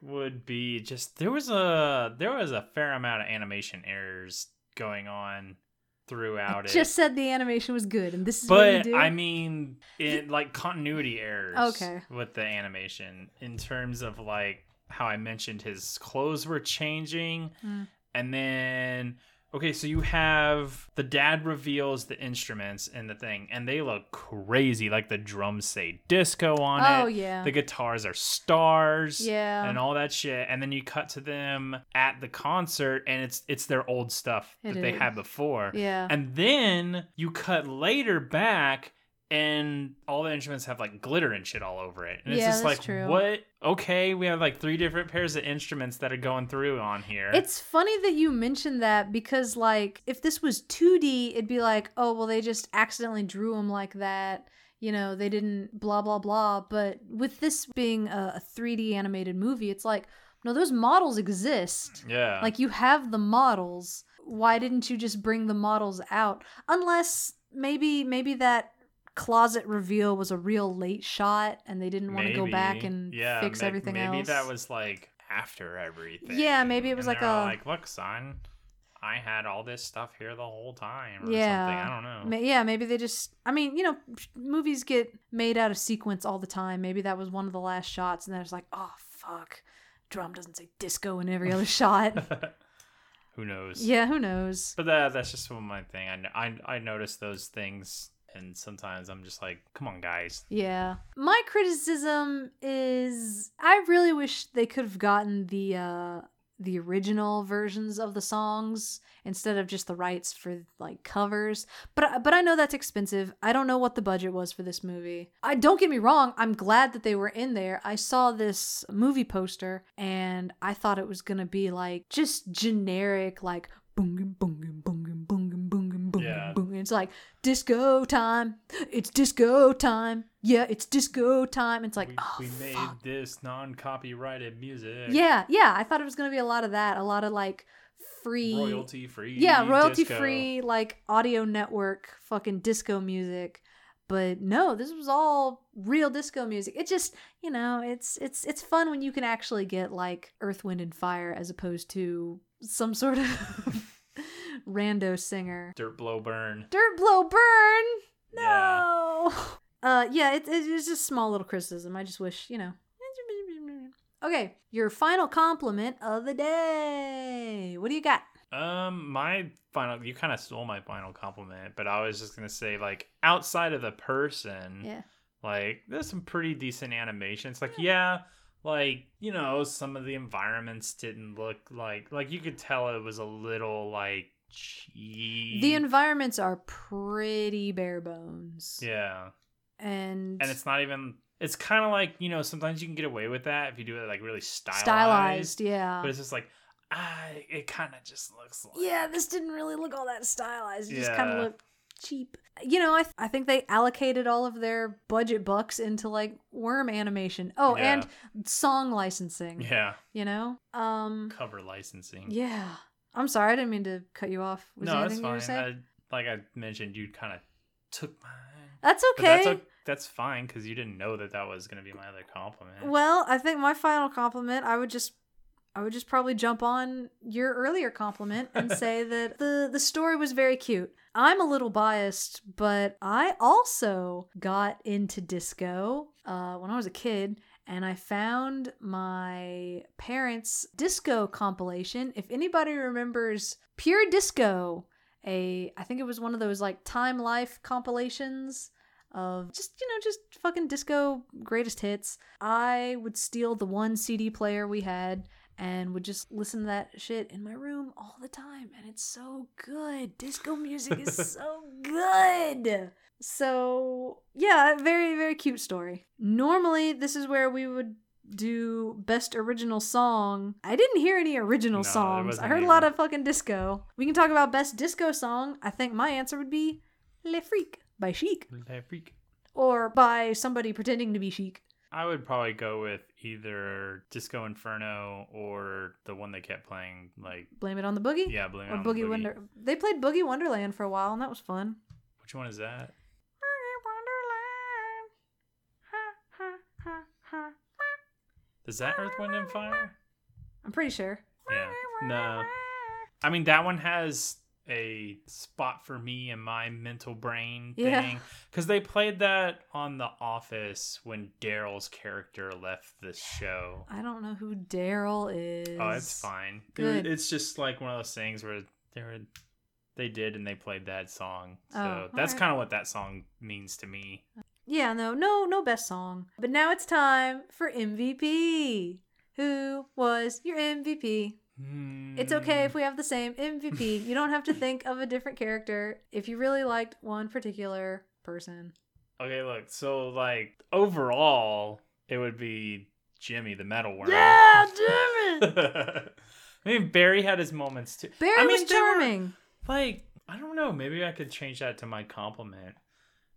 Speaker 2: would be just there was a there was a fair amount of animation errors going on
Speaker 1: I
Speaker 2: throughout it.
Speaker 1: just said the animation was good, and this is what
Speaker 2: but
Speaker 1: you do.
Speaker 2: I mean, it like continuity errors.
Speaker 1: Okay.
Speaker 2: With the animation, in terms of like how I mentioned his clothes were changing,
Speaker 1: Hmm.
Speaker 2: and then okay, so you have the dad reveals the instruments in the thing, and they look crazy. Like the drums say disco on it.
Speaker 1: Oh, yeah.
Speaker 2: The guitars are stars.
Speaker 1: Yeah.
Speaker 2: And all that shit, and then you cut to them at the concert, and it's it's their old stuff
Speaker 1: It
Speaker 2: that they
Speaker 1: is.
Speaker 2: had before.
Speaker 1: Yeah.
Speaker 2: And then you cut later back and all the instruments have like glitter and shit all over it. And it's
Speaker 1: Yeah,
Speaker 2: just
Speaker 1: that's
Speaker 2: like
Speaker 1: true.
Speaker 2: what? Okay, we have like three different pairs of instruments that are going through on here.
Speaker 1: It's funny that you mentioned that because, like, if this was 2D, it'd be like, oh, well, they just accidentally drew him like that. You know, they didn't blah, blah, blah. But with this being a, a 3D animated movie, it's like, no, those models exist.
Speaker 2: yeah.
Speaker 1: Like you have the models. Why didn't you just bring the models out? Unless maybe maybe that closet reveal was a real late shot and they didn't want to go back
Speaker 2: Maybe.
Speaker 1: and
Speaker 2: yeah,
Speaker 1: fix
Speaker 2: may-
Speaker 1: everything
Speaker 2: maybe
Speaker 1: else.
Speaker 2: that was like after everything.
Speaker 1: Yeah, maybe it was
Speaker 2: And
Speaker 1: like
Speaker 2: they're all
Speaker 1: a-
Speaker 2: like, look, son, I had all this stuff here the whole time or
Speaker 1: yeah.
Speaker 2: something. I don't know.
Speaker 1: Ma- yeah, maybe they just I mean, you know, movies get made out of sequence all the time. Maybe that was one of the last shots and there's like, "Oh fuck. Drum doesn't say disco in every other shot."
Speaker 2: Who knows?
Speaker 1: Yeah, who knows?
Speaker 2: But that, that's just one my thing. I, I I noticed those things And sometimes I'm just like, come on, guys.
Speaker 1: Yeah. My criticism is I really wish they could have gotten the uh the original versions of the songs instead of just the rights for like covers. But I- but I know that's expensive. I don't know what the budget was for this movie. I don't get me wrong, I'm glad that they were in there. I saw this movie poster and I thought it was going to be like just generic like boom boom boom boom boom boom boom
Speaker 2: Yeah.
Speaker 1: boom. It's like disco time. It's disco time. Yeah, it's disco time. It's like
Speaker 2: We,
Speaker 1: oh,
Speaker 2: we made
Speaker 1: fuck.
Speaker 2: this non copyrighted music.
Speaker 1: Yeah, yeah. I thought it was gonna be a lot of that, a lot of like free,
Speaker 2: Royalty free.
Speaker 1: yeah, royalty free like audio network fucking disco music. But no, this was all real disco music. It just you know, it's it's it's fun when you can actually get like Earth, Wind, and Fire as opposed to some sort of rando singer.
Speaker 2: Dirt blow burn.
Speaker 1: Dirt blow burn.
Speaker 2: Yeah.
Speaker 1: No. Uh, yeah, it, it- it's just small little criticism. I just wish, you know. Okay, your final compliment of the day. What do you got?
Speaker 2: Um, my final. You kind of stole my final compliment, but I was just gonna say, like, outside of the person,
Speaker 1: Yeah.
Speaker 2: like, there's some pretty decent animations. Like, yeah, like you know, some of the environments didn't look like like you could tell it was a little like cheap.
Speaker 1: The environments are pretty bare bones.
Speaker 2: yeah,
Speaker 1: And,
Speaker 2: and it's not even. It's kind of like you know, sometimes you can get away with that if you do it like really stylized.
Speaker 1: stylized, yeah.
Speaker 2: But it's just like, ah, it kind of just looks like
Speaker 1: yeah, this didn't really look all that stylized. It just
Speaker 2: Yeah.
Speaker 1: kind of looked cheap. You know, I, th- I think they allocated all of their budget bucks into like worm animation. Oh,
Speaker 2: Yeah.
Speaker 1: and song licensing.
Speaker 2: yeah
Speaker 1: you know um
Speaker 2: cover licensing.
Speaker 1: yeah i'm sorry i didn't mean to cut you off was there
Speaker 2: no, that's
Speaker 1: anything you were
Speaker 2: fine.
Speaker 1: saying
Speaker 2: I, like I mentioned, you kind of took mine.
Speaker 1: that's
Speaker 2: But
Speaker 1: okay
Speaker 2: that's, o- that's fine because you didn't know that that was going to be my other compliment.
Speaker 1: well i think my final compliment i would just i would just probably jump on your earlier compliment and say that the the story was very cute i'm a little biased but i also got into disco uh, when i was a kid and I found my parents' disco compilation. If anybody remembers Pure Disco, a I think it was one of those like Time Life compilations of just you know just fucking disco greatest hits. I would steal the one CD player we had and would just listen to that shit in my room all the time and it's so good. Disco music is so good. So, yeah, very, very cute story. Normally, this is where we would do best original song. I didn't hear any original
Speaker 2: No, there
Speaker 1: songs.
Speaker 2: wasn't
Speaker 1: I heard
Speaker 2: any.
Speaker 1: a lot of fucking disco. We can talk about best disco song. I think my answer would be Le Freak by Chic
Speaker 2: Hey, freak.
Speaker 1: or by somebody pretending to be Chic.
Speaker 2: I would probably go with either Disco Inferno or the one they kept playing. Like,
Speaker 1: Blame it on the boogie.
Speaker 2: yeah, Blame It
Speaker 1: Or
Speaker 2: on the
Speaker 1: Boogie Wonder. They played Boogie Wonderland for a while, and that was fun.
Speaker 2: Which one is that? Is that Earth, Wind, and Fire?
Speaker 1: I'm pretty sure.
Speaker 2: Yeah. No. I mean, that one has a spot for me in my mental brain
Speaker 1: Yeah.
Speaker 2: thing. Because they played that on The Office when Daryl's character left the show.
Speaker 1: I don't know who Daryl is.
Speaker 2: Oh, it's fine. It-
Speaker 1: Good.
Speaker 2: It's just like one of those things where they were, they did and they played that song. So
Speaker 1: Oh,
Speaker 2: that's
Speaker 1: alright.
Speaker 2: kind of what that song means to me.
Speaker 1: Yeah, no, no, no best song. But now it's time for MVP. Who was your MVP?
Speaker 2: Hmm.
Speaker 1: It's okay if we have the same MVP. You don't have to think of a different character if you really liked one particular person.
Speaker 2: Okay, look. So like overall, it would be Jimmy the metal worm.
Speaker 1: Yeah, Jimmy!
Speaker 2: I mean, Barry had his moments too.
Speaker 1: Barry
Speaker 2: I mean,
Speaker 1: was
Speaker 2: they were-
Speaker 1: charming.
Speaker 2: like I don't know. Maybe I could change that to my compliment.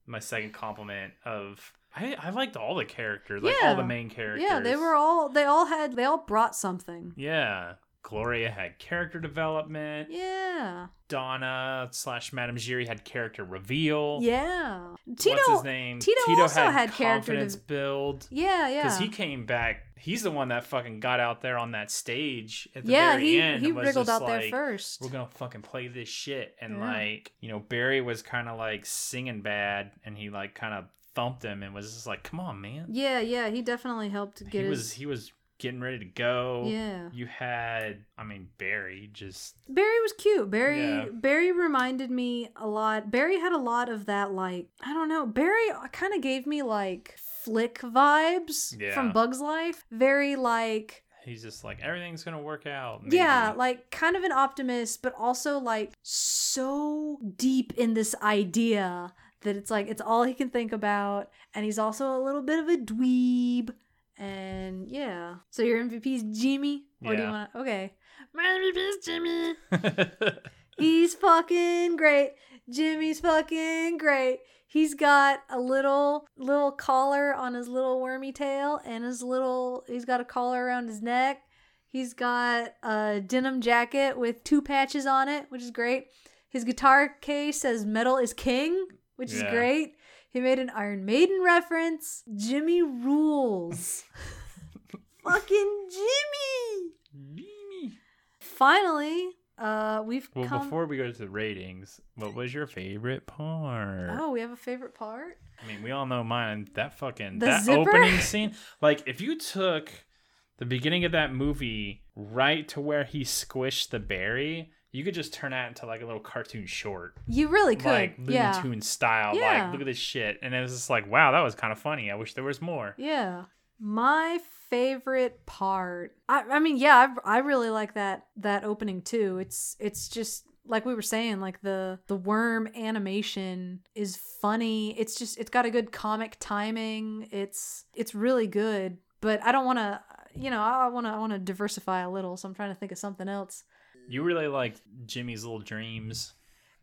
Speaker 2: My second compliment of I I liked all the characters, like all
Speaker 1: Yeah.
Speaker 2: the main characters.
Speaker 1: Yeah, they were all they all had they all brought something.
Speaker 2: Yeah, Gloria had character development.
Speaker 1: Yeah.
Speaker 2: Donna slash Madame Giri had character reveal.
Speaker 1: Yeah. Tino
Speaker 2: What's his name?
Speaker 1: Tito also had character
Speaker 2: confidence
Speaker 1: de-
Speaker 2: build.
Speaker 1: Yeah, yeah.
Speaker 2: Because he came back. He's the one that fucking got out there on that stage at the
Speaker 1: yeah,
Speaker 2: very
Speaker 1: he,
Speaker 2: end.
Speaker 1: he
Speaker 2: and was
Speaker 1: wriggled
Speaker 2: just
Speaker 1: out there
Speaker 2: like,
Speaker 1: 1st
Speaker 2: We're gonna fucking play this shit, and
Speaker 1: Yeah.
Speaker 2: like you know, Barry was kind of like singing bad, and he like kind of thumped him and was just like, "Come on, man."
Speaker 1: Yeah, yeah, he definitely helped get his
Speaker 2: he was he was getting ready to go.
Speaker 1: Yeah.
Speaker 2: You had, I mean, Barry just
Speaker 1: Barry was cute. Barry
Speaker 2: Yeah.
Speaker 1: Barry reminded me a lot. Barry had a lot of that like I don't know. Barry kind of gave me like flick vibes
Speaker 2: Yeah.
Speaker 1: from Bugs Life. Very like
Speaker 2: he's just like everything's gonna work out.
Speaker 1: yeah,
Speaker 2: maybe."
Speaker 1: like kind of an optimist but also like so deep in this idea that it's like it's all he can think about and he's also a little bit of a dweeb and yeah. So your MVP's Jimmy or do you
Speaker 2: Yeah.
Speaker 1: want to Okay. My MVP's Jimmy. He's fucking great. Jimmy's fucking great. He's got a little little collar on his little wormy tail and his little he's got a collar around his neck. He's got a denim jacket with two patches on it, which is great. His guitar case says metal is king, which is
Speaker 2: Yeah.
Speaker 1: great. He made an Iron Maiden reference. Jimmy rules. fucking Jimmy.
Speaker 2: Mimi.
Speaker 1: Finally, uh we've
Speaker 2: Well,
Speaker 1: come
Speaker 2: before we go to the ratings, what was your favorite part?
Speaker 1: Oh, we have a favorite part?
Speaker 2: I mean, we all know mine. That fucking
Speaker 1: The
Speaker 2: that
Speaker 1: zipper?
Speaker 2: opening scene. Like, if you took the beginning of that movie right to where he squished the berry, you could just turn that into like a little cartoon short,
Speaker 1: You really could.
Speaker 2: like Looney
Speaker 1: yeah.
Speaker 2: Tunes style.
Speaker 1: Yeah.
Speaker 2: Like, look at this shit, and it was just like, wow, that was kind of funny. I wish there was more.
Speaker 1: Yeah. My favorite part. I, I mean, yeah, I, I really like that that opening too. It's it's just like we were saying, like the the worm animation is funny. It's just it's got a good comic timing. It's it's really good. But I don't want to, you know, I want to I want to diversify a little. So I'm trying to think of something else.
Speaker 2: You really liked Jimmy's little dreams.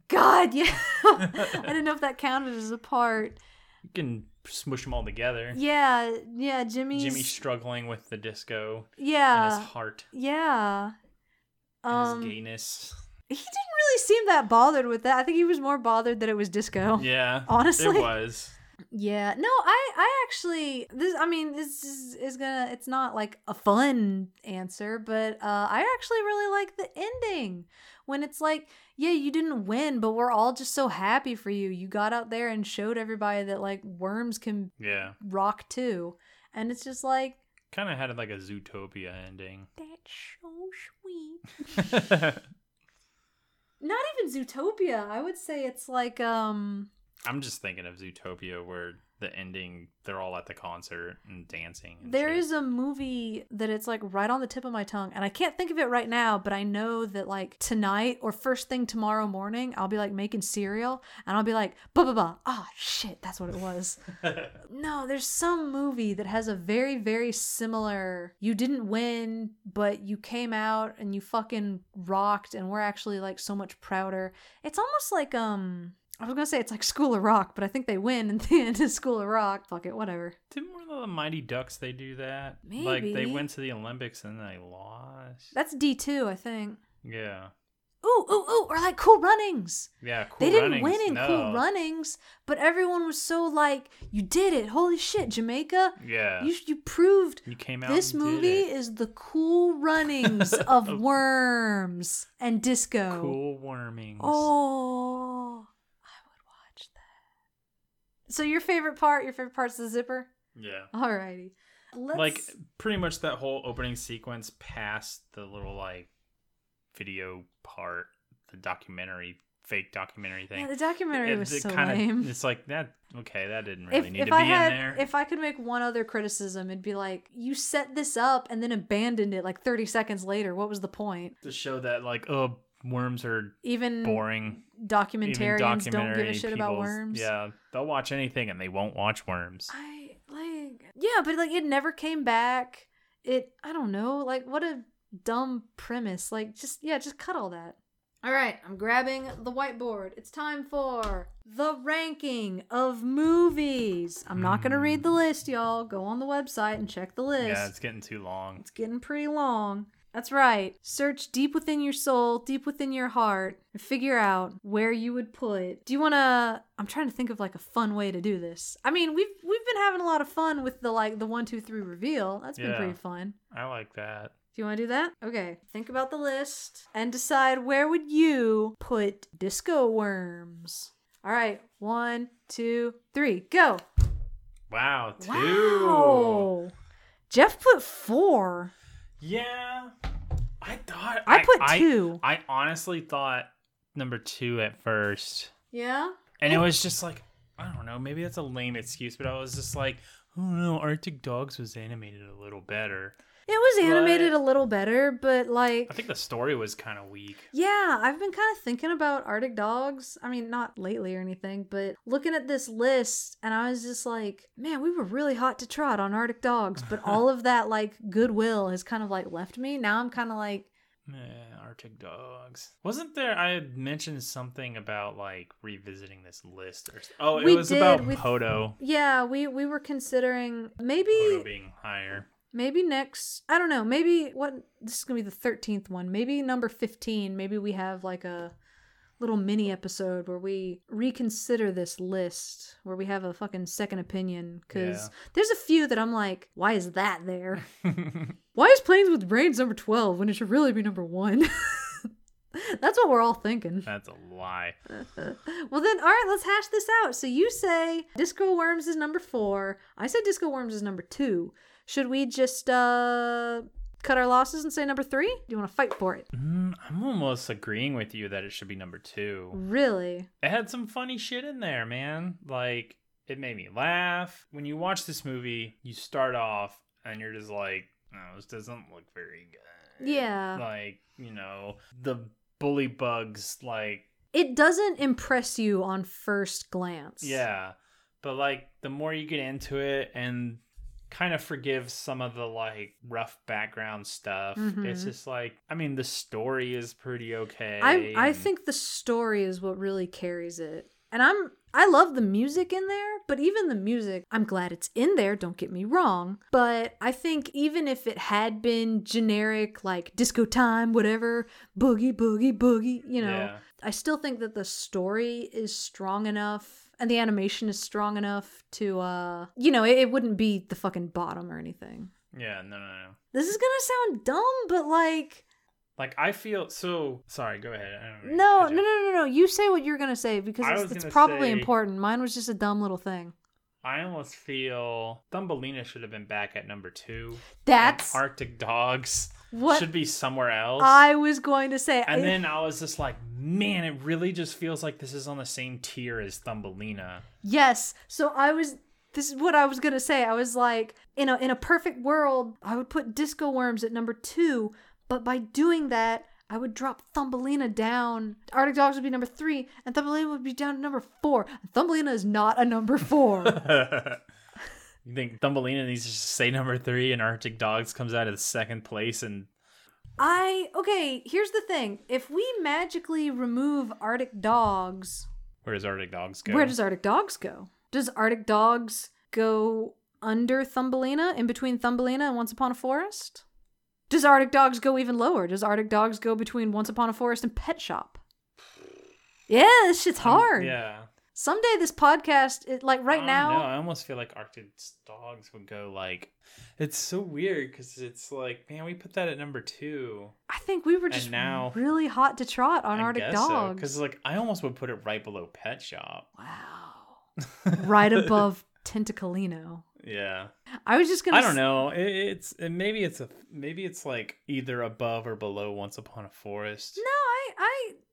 Speaker 1: God, yeah. I didn't know if that counted as a part.
Speaker 2: You can smush them all together.
Speaker 1: Yeah, yeah. Jimmy's.
Speaker 2: Jimmy struggling with the disco
Speaker 1: yeah.
Speaker 2: and his heart
Speaker 1: Yeah.
Speaker 2: and
Speaker 1: Um,
Speaker 2: his
Speaker 1: he didn't
Speaker 2: gayness.
Speaker 1: really seem that bothered with that. I think he was more bothered that it was disco.
Speaker 2: Yeah,
Speaker 1: oh, honestly.
Speaker 2: it was.
Speaker 1: Yeah. No, I I actually this I mean this is, is gonna it's not like a fun answer, but uh I actually really like the ending when it's like, yeah, you didn't win, but we're all just so happy for you. You got out there and showed everybody that like worms can
Speaker 2: Yeah,
Speaker 1: rock too, and it's just like
Speaker 2: kind of had like a Zootopia ending.
Speaker 1: that's so sweet. not even Zootopia. I would say it's like um
Speaker 2: I'm just thinking of Zootopia where the ending they're all at the concert and dancing. and
Speaker 1: there
Speaker 2: shit.
Speaker 1: is a movie that it's like right on the tip of my tongue and I can't think of it right now, but I know that like tonight or first thing tomorrow morning, I'll be like making cereal and I'll be like blah blah blah. Ah shit, that's what it was. no, there's some movie that has a very very similar you didn't win, but you came out and you fucking rocked and we're actually like so much prouder. It's almost like um I was gonna say it's like School of Rock, but I think they win in the end of School of Rock. Fuck it, whatever.
Speaker 2: Didn't one of the Mighty Ducks they do that? Like
Speaker 1: Maybe.
Speaker 2: they went to the Olympics and they lost.
Speaker 1: That's D two, I think.
Speaker 2: yeah,
Speaker 1: Ooh, ooh, ooh, or like Cool Runnings.
Speaker 2: yeah. Cool
Speaker 1: they didn't
Speaker 2: Runnings,
Speaker 1: win in Cool
Speaker 2: no.
Speaker 1: Runnings, but everyone was so like, "You did it! Holy shit, Jamaica!
Speaker 2: Yeah,
Speaker 1: You
Speaker 2: you,
Speaker 1: you proved
Speaker 2: came out.
Speaker 1: this
Speaker 2: and did
Speaker 1: movie
Speaker 2: it.
Speaker 1: is the Cool Runnings of worms and disco."
Speaker 2: cool warmings.
Speaker 1: Oh, I would watch that. So your favorite part? Your favorite part's the zipper.
Speaker 2: yeah.
Speaker 1: Alrighty, let's
Speaker 2: Like pretty much that whole opening sequence past the little like video part, the documentary, fake documentary thing.
Speaker 1: yeah, the documentary
Speaker 2: It-
Speaker 1: was
Speaker 2: it
Speaker 1: so
Speaker 2: kinda-
Speaker 1: lame.
Speaker 2: It's like that. Okay, that didn't really need to be
Speaker 1: I
Speaker 2: in there.
Speaker 1: If I could make one other criticism, it'd be like, you set this up and then abandoned it like 30 seconds later. What was the point?
Speaker 2: to show that like, oh, worms are
Speaker 1: Even
Speaker 2: boring.
Speaker 1: Mm,
Speaker 2: Even
Speaker 1: documentarians don't give
Speaker 2: documentary
Speaker 1: a shit about
Speaker 2: people's-
Speaker 1: worms.
Speaker 2: Yeah, they'll watch anything and they won't watch worms.
Speaker 1: I like yeah, but like it never came back. It I don't know, like what a dumb premise. Like just yeah, just cut all that. All right, I'm grabbing the whiteboard. It's time for the ranking of movies. I'm not going to read
Speaker 2: Hmm.
Speaker 1: the list, y'all. Go on the website and check the list.
Speaker 2: Yeah, it's getting too long.
Speaker 1: It's getting pretty long. That's right. Search deep within your soul, deep within your heart, and figure out where you would put. Do you want to? I'm trying to think of like a fun way to do this. I mean, we've we've been having a lot of fun with the like the one two three reveal. That's been
Speaker 2: Yeah.
Speaker 1: pretty fun.
Speaker 2: I like that.
Speaker 1: Do you want to do that? Okay. Think about the list and decide where would you put disco worms. All right. One, two, three, go.
Speaker 2: Wow, two.
Speaker 1: Wow. Jeff put four.
Speaker 2: Yeah. I thought
Speaker 1: I put two.
Speaker 2: I honestly thought number two at first.
Speaker 1: Yeah.
Speaker 2: And it was just like, I don't know, maybe that's a lame excuse, but I was just like, oh no, Arctic Dogs was animated a little better.
Speaker 1: It was animated
Speaker 2: But-
Speaker 1: a little better, but like
Speaker 2: I think the story was kind of weak.
Speaker 1: Yeah, I've been kind of thinking about Arctic dogs. I mean, not lately or anything, but looking at this list, and I was just like, man, we were really hot to trot on Arctic dogs, but all of that like goodwill has kind of like left me. Now I'm kind of like,
Speaker 2: Eh, Arctic Dogs. Wasn't there? I had mentioned something about like revisiting this list or. s- Oh, it
Speaker 1: We
Speaker 2: was
Speaker 1: did
Speaker 2: about
Speaker 1: with-
Speaker 2: Poto.
Speaker 1: yeah, we we were considering
Speaker 2: Poto
Speaker 1: maybe
Speaker 2: being higher.
Speaker 1: maybe next. I don't know. Maybe what this is gonna be the thirteenth one. Maybe number fifteen. Maybe we have like a little mini episode where we reconsider this list where we have a fucking second opinion because
Speaker 2: Yeah.
Speaker 1: there's a few that i'm like why is that there why is planes with brains number 12 when it should really be number one that's what we're all thinking
Speaker 2: That's a lie.
Speaker 1: well then all right let's hash this out so you say disco worms is number four i said disco worms is number two should we just uh cut our losses and say number three do you want to fight for it
Speaker 2: Mm, I'm almost agreeing with you that it should be number two.
Speaker 1: really
Speaker 2: it had some funny shit in there, man. Like it made me laugh. When you watch this movie, you start off and you're just like, "No, this doesn't look very good."
Speaker 1: Yeah.
Speaker 2: Like you know the bully bugs, like
Speaker 1: it doesn't impress you on first glance.
Speaker 2: yeah, but like the more you get into it and kind of forgive some of the like rough background stuff,
Speaker 1: Mhm.
Speaker 2: it's just like I mean the story is pretty okay.
Speaker 1: I I
Speaker 2: and-
Speaker 1: think the story is what really carries it. And I'm I love the music in there, but even the music, I'm glad it's in there, don't get me wrong, but I think even if it had been generic like disco time, whatever, boogie boogie boogie, you know,
Speaker 2: Yeah.
Speaker 1: I still think that the story is strong enough and the animation is strong enough to uh you know, it, it wouldn't be the fucking bottom or anything.
Speaker 2: yeah no no no.
Speaker 1: This is going to sound dumb, but like
Speaker 2: Like I feel so sorry. Go ahead. I don't
Speaker 1: No,
Speaker 2: cut
Speaker 1: no,
Speaker 2: you
Speaker 1: no, no, no. You say what you're gonna say because
Speaker 2: I
Speaker 1: it's,
Speaker 2: was
Speaker 1: it's
Speaker 2: gonna
Speaker 1: probably
Speaker 2: say-
Speaker 1: important. Mine was just a dumb little thing.
Speaker 2: I almost feel Thumbelina should have been back at number two.
Speaker 1: That's
Speaker 2: Arctic Dogs
Speaker 1: What?
Speaker 2: should be somewhere else.
Speaker 1: I was going to say.
Speaker 2: and
Speaker 1: I-
Speaker 2: then I was just like, man, it really just feels like this is on the same tier as Thumbelina.
Speaker 1: yes, so I was. This is what I was gonna say. I was like, in a in a perfect world, I would put Disco Worms at number two, but by doing that, I would drop Thumbelina down. Arctic Dogs would be number three, and Thumbelina would be down to number four. And Thumbelina is not a number four.
Speaker 2: You think Thumbelina needs to just say number three and Arctic Dogs comes out of second place and
Speaker 1: I okay. Here's the thing: if we magically remove Arctic Dogs
Speaker 2: where does Arctic Dogs go?
Speaker 1: Where does Arctic Dogs go? Does Arctic Dogs go under Thumbelina, in between Thumbelina and Once Upon a Forest? Does Arctic Dogs go even lower? Does Arctic Dogs go between Once Upon a Forest and Pet Shop? Yeah, this shit's hard.
Speaker 2: Um, Yeah.
Speaker 1: Someday this podcast, it, like right
Speaker 2: No, I
Speaker 1: now,
Speaker 2: almost feel like Arctic Dogs would go like. It's so weird because it's like, man, we put that at number two.
Speaker 1: I think we were just
Speaker 2: now-
Speaker 1: really hot to trot on Arctic Dogs.
Speaker 2: Because like I almost would put it right below Pet Shop.
Speaker 1: Wow. right above Tentacolino.
Speaker 2: Yeah,
Speaker 1: I was just gonna.
Speaker 2: I don't
Speaker 1: s-
Speaker 2: know. It, it's it, maybe it's a maybe it's like either above or below Once Upon a Forest.
Speaker 1: No, I,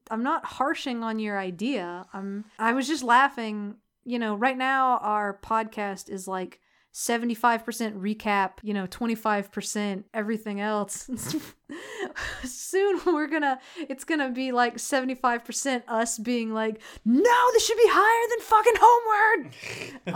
Speaker 1: I, I'm not harshing on your idea. I'm, I was just laughing. You know, right now our podcast is like 75% recap, you know, 25% everything else. Soon we're gonna, it's gonna be like 75% us being like, no, this should be higher than fucking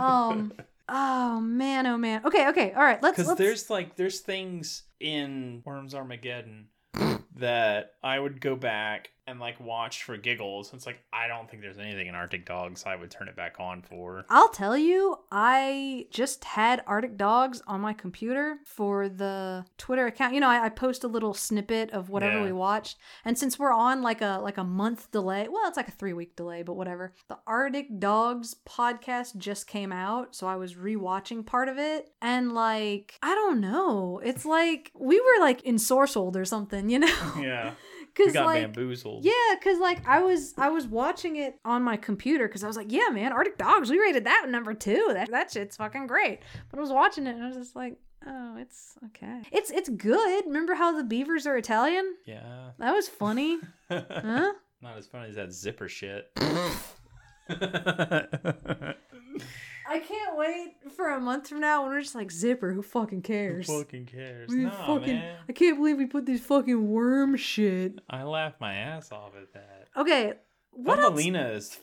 Speaker 1: Homeward. um, oh man, oh man. Okay, okay, all right. Let's,
Speaker 2: Because
Speaker 1: let's
Speaker 2: there's like there's things in Worms Armageddon that I would go back and like watch for giggles. It's like I don't think there's anything in Arctic Dogs I would turn it back on for.
Speaker 1: I'll tell you, I just had Arctic Dogs on my computer for the Twitter account. You know, I, I post a little snippet of whatever
Speaker 2: Yeah.
Speaker 1: we watched, and since we're on like a like a month delay, well, it's like a three week delay, but whatever. The Arctic Dogs podcast just came out, so I was rewatching part of it, and like I don't know, it's like we were like ensorcelled or something, you know?
Speaker 2: Yeah, we
Speaker 1: Because
Speaker 2: got
Speaker 1: like
Speaker 2: bamboozled.
Speaker 1: yeah, cause like I was I was watching it on my computer because I was like, yeah, man, Arctic Dogs, we rated that number two. That that shit's fucking great. But I was watching it and I was just like, Oh, it's okay. It's it's good. Remember how the beavers are Italian?
Speaker 2: Yeah.
Speaker 1: That was funny. huh?
Speaker 2: Not as funny as that zipper shit.
Speaker 1: I can't wait for a month from now when we're just like zipper. Who fucking
Speaker 2: Who
Speaker 1: cares?
Speaker 2: fucking cares?
Speaker 1: We
Speaker 2: No,
Speaker 1: fucking.
Speaker 2: man.
Speaker 1: I can't believe we put these fucking worm shit.
Speaker 2: I laugh my ass off at that.
Speaker 1: Okay, what else?
Speaker 2: Thumbelina is.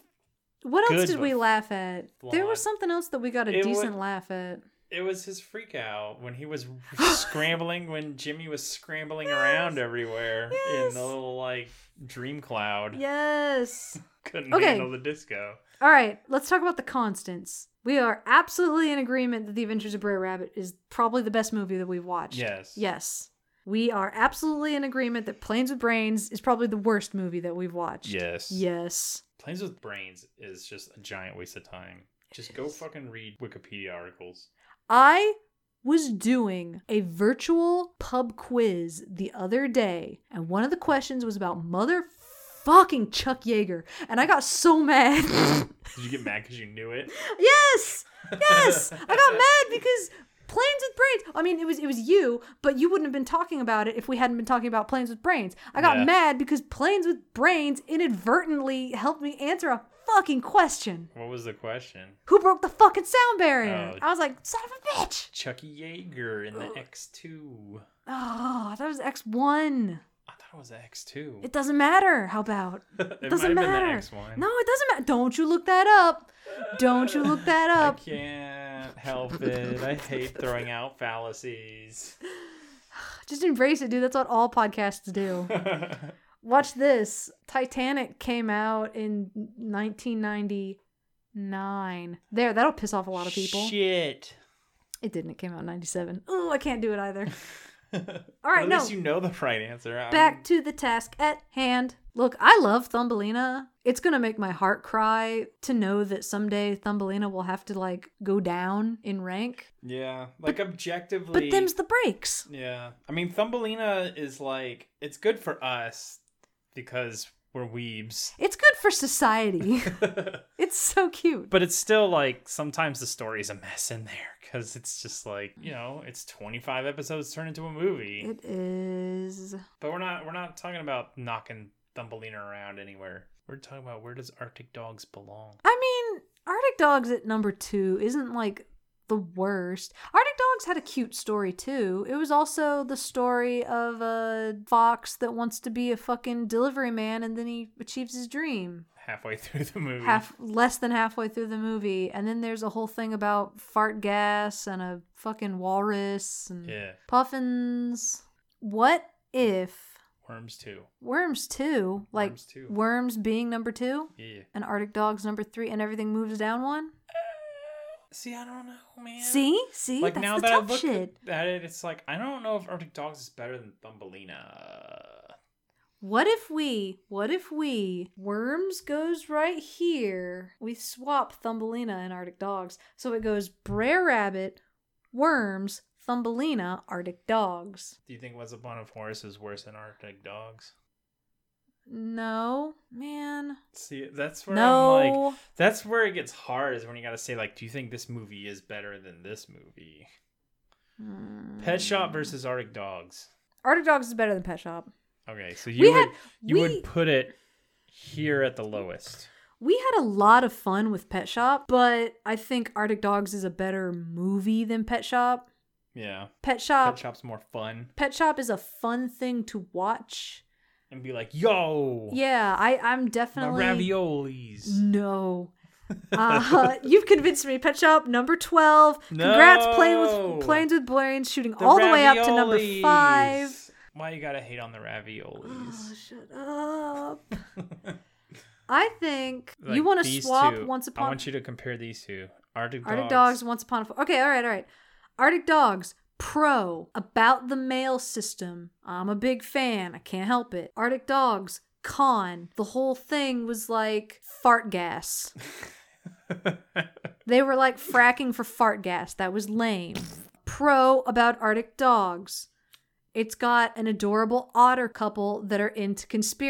Speaker 1: What else
Speaker 2: good
Speaker 1: did we
Speaker 2: but
Speaker 1: laugh at? There
Speaker 2: flawed.
Speaker 1: was something else that we got a
Speaker 2: It wa-
Speaker 1: decent laugh at.
Speaker 2: It was his freak out when he was scrambling when Jimmy was scrambling around everywhere in
Speaker 1: Yes.
Speaker 2: the little like dream cloud.
Speaker 1: Yes.
Speaker 2: Couldn't
Speaker 1: Okay.
Speaker 2: handle the disco.
Speaker 1: All right, let's talk about the constants. We are absolutely in agreement that The Adventures of Brer Rabbit is probably the best movie that we've watched.
Speaker 2: Yes.
Speaker 1: Yes. We are absolutely in agreement that Planes with Brains is probably the worst movie that we've watched.
Speaker 2: Yes.
Speaker 1: Yes.
Speaker 2: Planes with Brains is just a giant waste of time. Just go fucking read Wikipedia articles.
Speaker 1: I was doing a virtual pub quiz the other day, and one of the questions was about motherfucking Chuck Yeager, and I got so mad.
Speaker 2: Did you get mad because you knew it?
Speaker 1: yes, yes, I got mad because planes with brains. I mean, it was it was you, but you wouldn't have been talking about it if we hadn't been talking about planes with brains. I got
Speaker 2: Yeah.
Speaker 1: mad because planes with brains inadvertently helped me answer a fucking question.
Speaker 2: What was the question?
Speaker 1: Who broke the fucking sound barrier?
Speaker 2: Oh.
Speaker 1: I was like, son of a bitch.
Speaker 2: Chucky Yeager in the X2.
Speaker 1: Oh, that was X one.
Speaker 2: I thought it was the X2.
Speaker 1: It doesn't matter. How about?
Speaker 2: It might
Speaker 1: doesn't
Speaker 2: have been the
Speaker 1: matter.
Speaker 2: X one.
Speaker 1: No, it doesn't matter. Don't you look that up. Don't you look that
Speaker 2: I
Speaker 1: up.
Speaker 2: can't help it. I hate throwing out fallacies.
Speaker 1: Just embrace it, dude. That's what all podcasts do. Watch this. Titanic came out in 1999. There, that'll piss off a lot of people.
Speaker 2: Shit.
Speaker 1: It didn't. It came out in 97. Ooh, I can't do it either. All
Speaker 2: Or
Speaker 1: right,
Speaker 2: At
Speaker 1: no.
Speaker 2: least you know the right answer. I'm-
Speaker 1: back to the task at hand. Look, I love Thumbelina. It's gonna make my heart cry to know that someday Thumbelina will have to like go down in rank.
Speaker 2: Yeah. Like objectively.
Speaker 1: But them's the breaks.
Speaker 2: Yeah. I mean, Thumbelina is like, it's good for us because we're weebs.
Speaker 1: It's good for society.
Speaker 2: but
Speaker 1: it's so cute.
Speaker 2: it's still like, sometimes the story's a mess in there because it's just like, you know, it's 25 episodes turned into a movie.
Speaker 1: It is.
Speaker 2: But we're not we're not talking about knocking Thumbelina around anywhere. We're talking about where does Arctic dogs belong?
Speaker 1: I mean, Arctic Dogs at number two isn't like the worst. Arctic Dogs had a cute story too. It was also the story of a fox that wants to be a fucking delivery man and then he achieves his dream.
Speaker 2: Halfway through the movie.
Speaker 1: half less than halfway through the movie and then there's a whole thing about fart gas and a fucking walrus and
Speaker 2: Yeah.
Speaker 1: puffins what if
Speaker 2: Worms too.
Speaker 1: worms 2 like
Speaker 2: Worms
Speaker 1: worms,
Speaker 2: 2.
Speaker 1: being number 2
Speaker 2: Yeah.
Speaker 1: and arctic dogs number 3 and everything moves down one
Speaker 2: See, I don't know, man.
Speaker 1: see see
Speaker 2: like
Speaker 1: that's
Speaker 2: now
Speaker 1: the
Speaker 2: that I
Speaker 1: tough
Speaker 2: look
Speaker 1: shit
Speaker 2: at it, it's like I don't know if Arctic Dogs is better than Thumbelina.
Speaker 1: what if we what if we worms goes right here we swap thumbelina and arctic dogs so it goes brer rabbit worms thumbelina arctic dogs
Speaker 2: Do you think Once Upon a Forest is worse than Arctic Dogs?
Speaker 1: No, man.
Speaker 2: See, that's where I'm
Speaker 1: no.
Speaker 2: like, that's where it gets hard is when you gotta say like, do you think this movie is better than this movie?
Speaker 1: Hmm.
Speaker 2: Pet Shop versus Arctic Dogs.
Speaker 1: Arctic Dogs is better than Pet Shop.
Speaker 2: Okay, so
Speaker 1: We
Speaker 2: you would
Speaker 1: had-
Speaker 2: you
Speaker 1: we-
Speaker 2: would put it here at the lowest.
Speaker 1: We had a lot of fun with Pet Shop, but I think Arctic Dogs is a better movie than Pet Shop.
Speaker 2: Yeah,
Speaker 1: Pet Shop
Speaker 2: pet shop's more fun
Speaker 1: Pet Shop is a fun thing to watch.
Speaker 2: and be like, yo,
Speaker 1: Yeah, I I'm
Speaker 2: my
Speaker 1: definitely Mm,
Speaker 2: raviolis.
Speaker 1: No. Uh, you've convinced me. Pet Shop number 12. Congrats playing
Speaker 2: No.
Speaker 1: with planes with brains shooting
Speaker 2: The
Speaker 1: all the way up to number
Speaker 2: raviolis.
Speaker 1: 5.
Speaker 2: Why you gotta hate on the raviolis?
Speaker 1: Oh, shut up. I think
Speaker 2: Like,
Speaker 1: you want to
Speaker 2: these
Speaker 1: swap
Speaker 2: two,
Speaker 1: once
Speaker 2: I
Speaker 1: upon
Speaker 2: want you to compare these two. Arctic Dogs.
Speaker 1: Arctic Dogs once upon a Fo- Okay, all right, all right. Arctic Dogs pro about the mail system. I'm a big fan. I can't help it. Arctic Dogs con. The whole thing was like fart gas. They were like fracking for fart gas. That was lame. Pro about Arctic Dogs. It's got an adorable otter couple that are into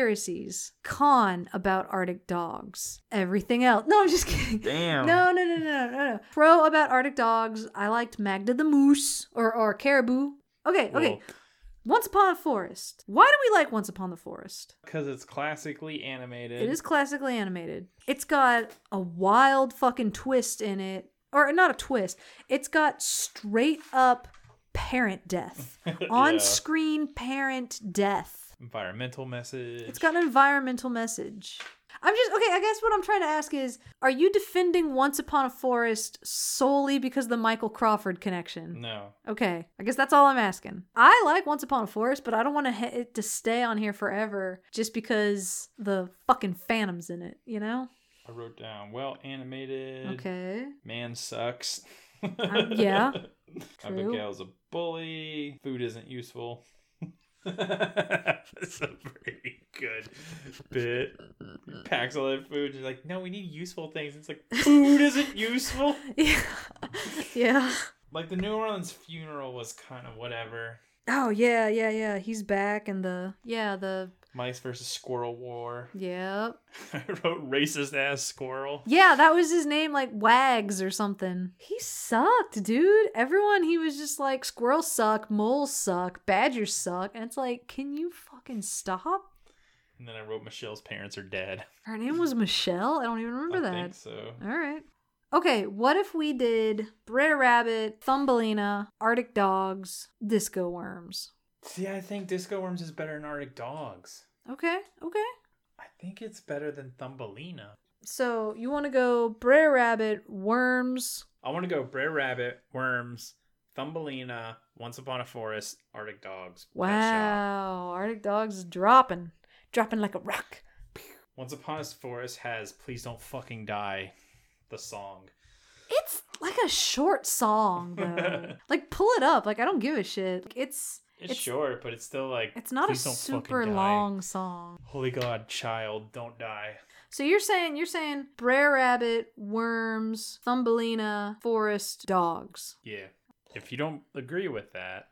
Speaker 1: conspiracies. Con about Arctic dogs. Everything else. No, I'm just kidding.
Speaker 2: Damn.
Speaker 1: No, no, no, no, no, no. Pro about Arctic dogs. I liked Magda the Moose or, or Caribou. Okay, okay. Once Upon a Forest. Why do we like Once Upon the Forest?
Speaker 2: Because it's classically animated.
Speaker 1: It is classically animated. It's got a wild fucking twist in it. Or not a twist. It's got straight up parent death. On screen parent death.
Speaker 2: environmental message.
Speaker 1: It's got an environmental message. I'm just okay, I guess what I'm trying to ask is are you defending Once Upon a Forest solely because of the Michael Crawford connection?
Speaker 2: no.
Speaker 1: Okay, I guess that's all I'm asking. I like Once Upon a Forest, but I don't want to ha- it to stay on here forever just because the fucking Phantom's in it, you know?
Speaker 2: I wrote down well animated.
Speaker 1: Okay.
Speaker 2: Man sucks.
Speaker 1: Um, yeah.
Speaker 2: Abigail's a bully. Food isn't useful. That's a pretty good bit. He packs all that food. She's like, no, we need useful things. It's like, food isn't useful.
Speaker 1: Yeah. yeah.
Speaker 2: Like the New Orleans funeral was kind of whatever.
Speaker 1: Oh yeah, yeah, yeah. He's back and the yeah, the
Speaker 2: Mice versus squirrel war.
Speaker 1: yeah.
Speaker 2: I wrote racist ass squirrel.
Speaker 1: Yeah, that was his name like Wags or something. He sucked, dude. Everyone he was just like squirrels suck, moles suck, badgers suck. And it's like, can you fucking stop?
Speaker 2: And then I wrote Michelle's parents are dead.
Speaker 1: Her name was Michelle. I don't even remember
Speaker 2: I
Speaker 1: that.
Speaker 2: think so.
Speaker 1: All right. Okay, what if we did Brer Rabbit, Thumbelina, Arctic Dogs, Disco Worms?
Speaker 2: See, I think Disco Worms is better than Arctic Dogs.
Speaker 1: Okay, okay.
Speaker 2: I think it's better than Thumbelina.
Speaker 1: So you want to go Brer Rabbit, Worms.
Speaker 2: I want to go Brer Rabbit, Worms, Thumbelina, Once Upon a Forest, Arctic Dogs. Pet Shop.
Speaker 1: Wow, Arctic Dogs is dropping, dropping like a rock.
Speaker 2: Once Upon a Forest has Please Don't Fucking Die, the song.
Speaker 1: It's like a short song though. like pull it up. Like I don't give a shit. Like, it's
Speaker 2: It's, short, but it's still like
Speaker 1: It's not
Speaker 2: "Please
Speaker 1: a
Speaker 2: don't fucking
Speaker 1: super
Speaker 2: die."
Speaker 1: long song.
Speaker 2: Holy God, child, don't die.
Speaker 1: So you're saying you're saying Brer Rabbit, Worms, Thumbelina, Forest, Dogs.
Speaker 2: Yeah. If you don't agree with that,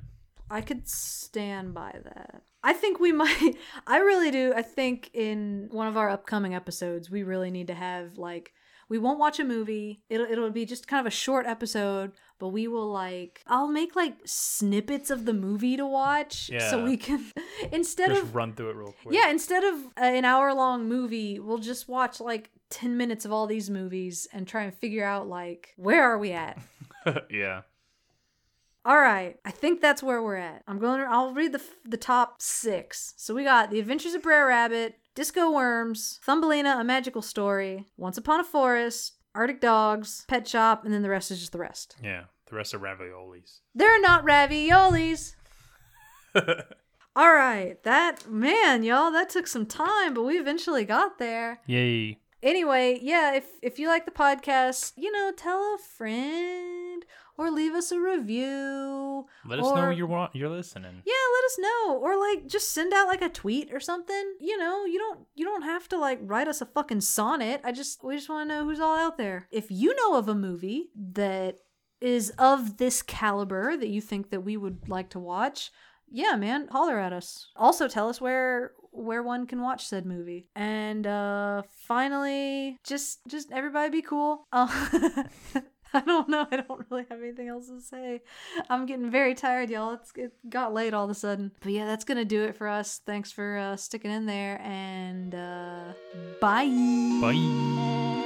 Speaker 1: I could stand by that. I think we might. I really do. I think in one of our upcoming episodes, we really need to have like we won't watch a movie. It'll it'll be just kind of a short episode, but we will like I'll make like snippets of the movie to watch,
Speaker 2: Yeah.
Speaker 1: so we can instead
Speaker 2: just
Speaker 1: of
Speaker 2: run through it real quick.
Speaker 1: yeah, instead of uh, an hour long movie, we'll just watch like 10 minutes of all these movies and try and figure out like where are we at?
Speaker 2: yeah.
Speaker 1: All right, I think that's where we're at. I'm going to I'll read the f- the top 6. So we got The Adventures of Brer Rabbit, Disco Worms, Thumbelina: A Magical Story, Once Upon a Forest, Arctic Dogs, Pet Shop, and then the rest is just the rest.
Speaker 2: Yeah. The rest are raviolis.
Speaker 1: They're not raviolis. All right, that man, y'all, that took some time, but we eventually got there.
Speaker 2: Yay.
Speaker 1: anyway yeah if if you like the podcast you know tell a friend or leave us a review
Speaker 2: Let us know
Speaker 1: or-
Speaker 2: you're wa- you're listening.
Speaker 1: yeah let us know or like just send out like a tweet or something you know you don't you don't have to like write us a fucking sonnet i just we just want to know who's all out there if you know of a movie that is of this caliber that you think that we would like to watch yeah man holler at us also tell us where where one can watch said movie and uh finally just just everybody be cool uh, i don't know i don't really have anything else to say i'm getting very tired y'all it's it got late all of a sudden but yeah that's gonna do it for us thanks for uh sticking in there and uh bye
Speaker 2: Bye.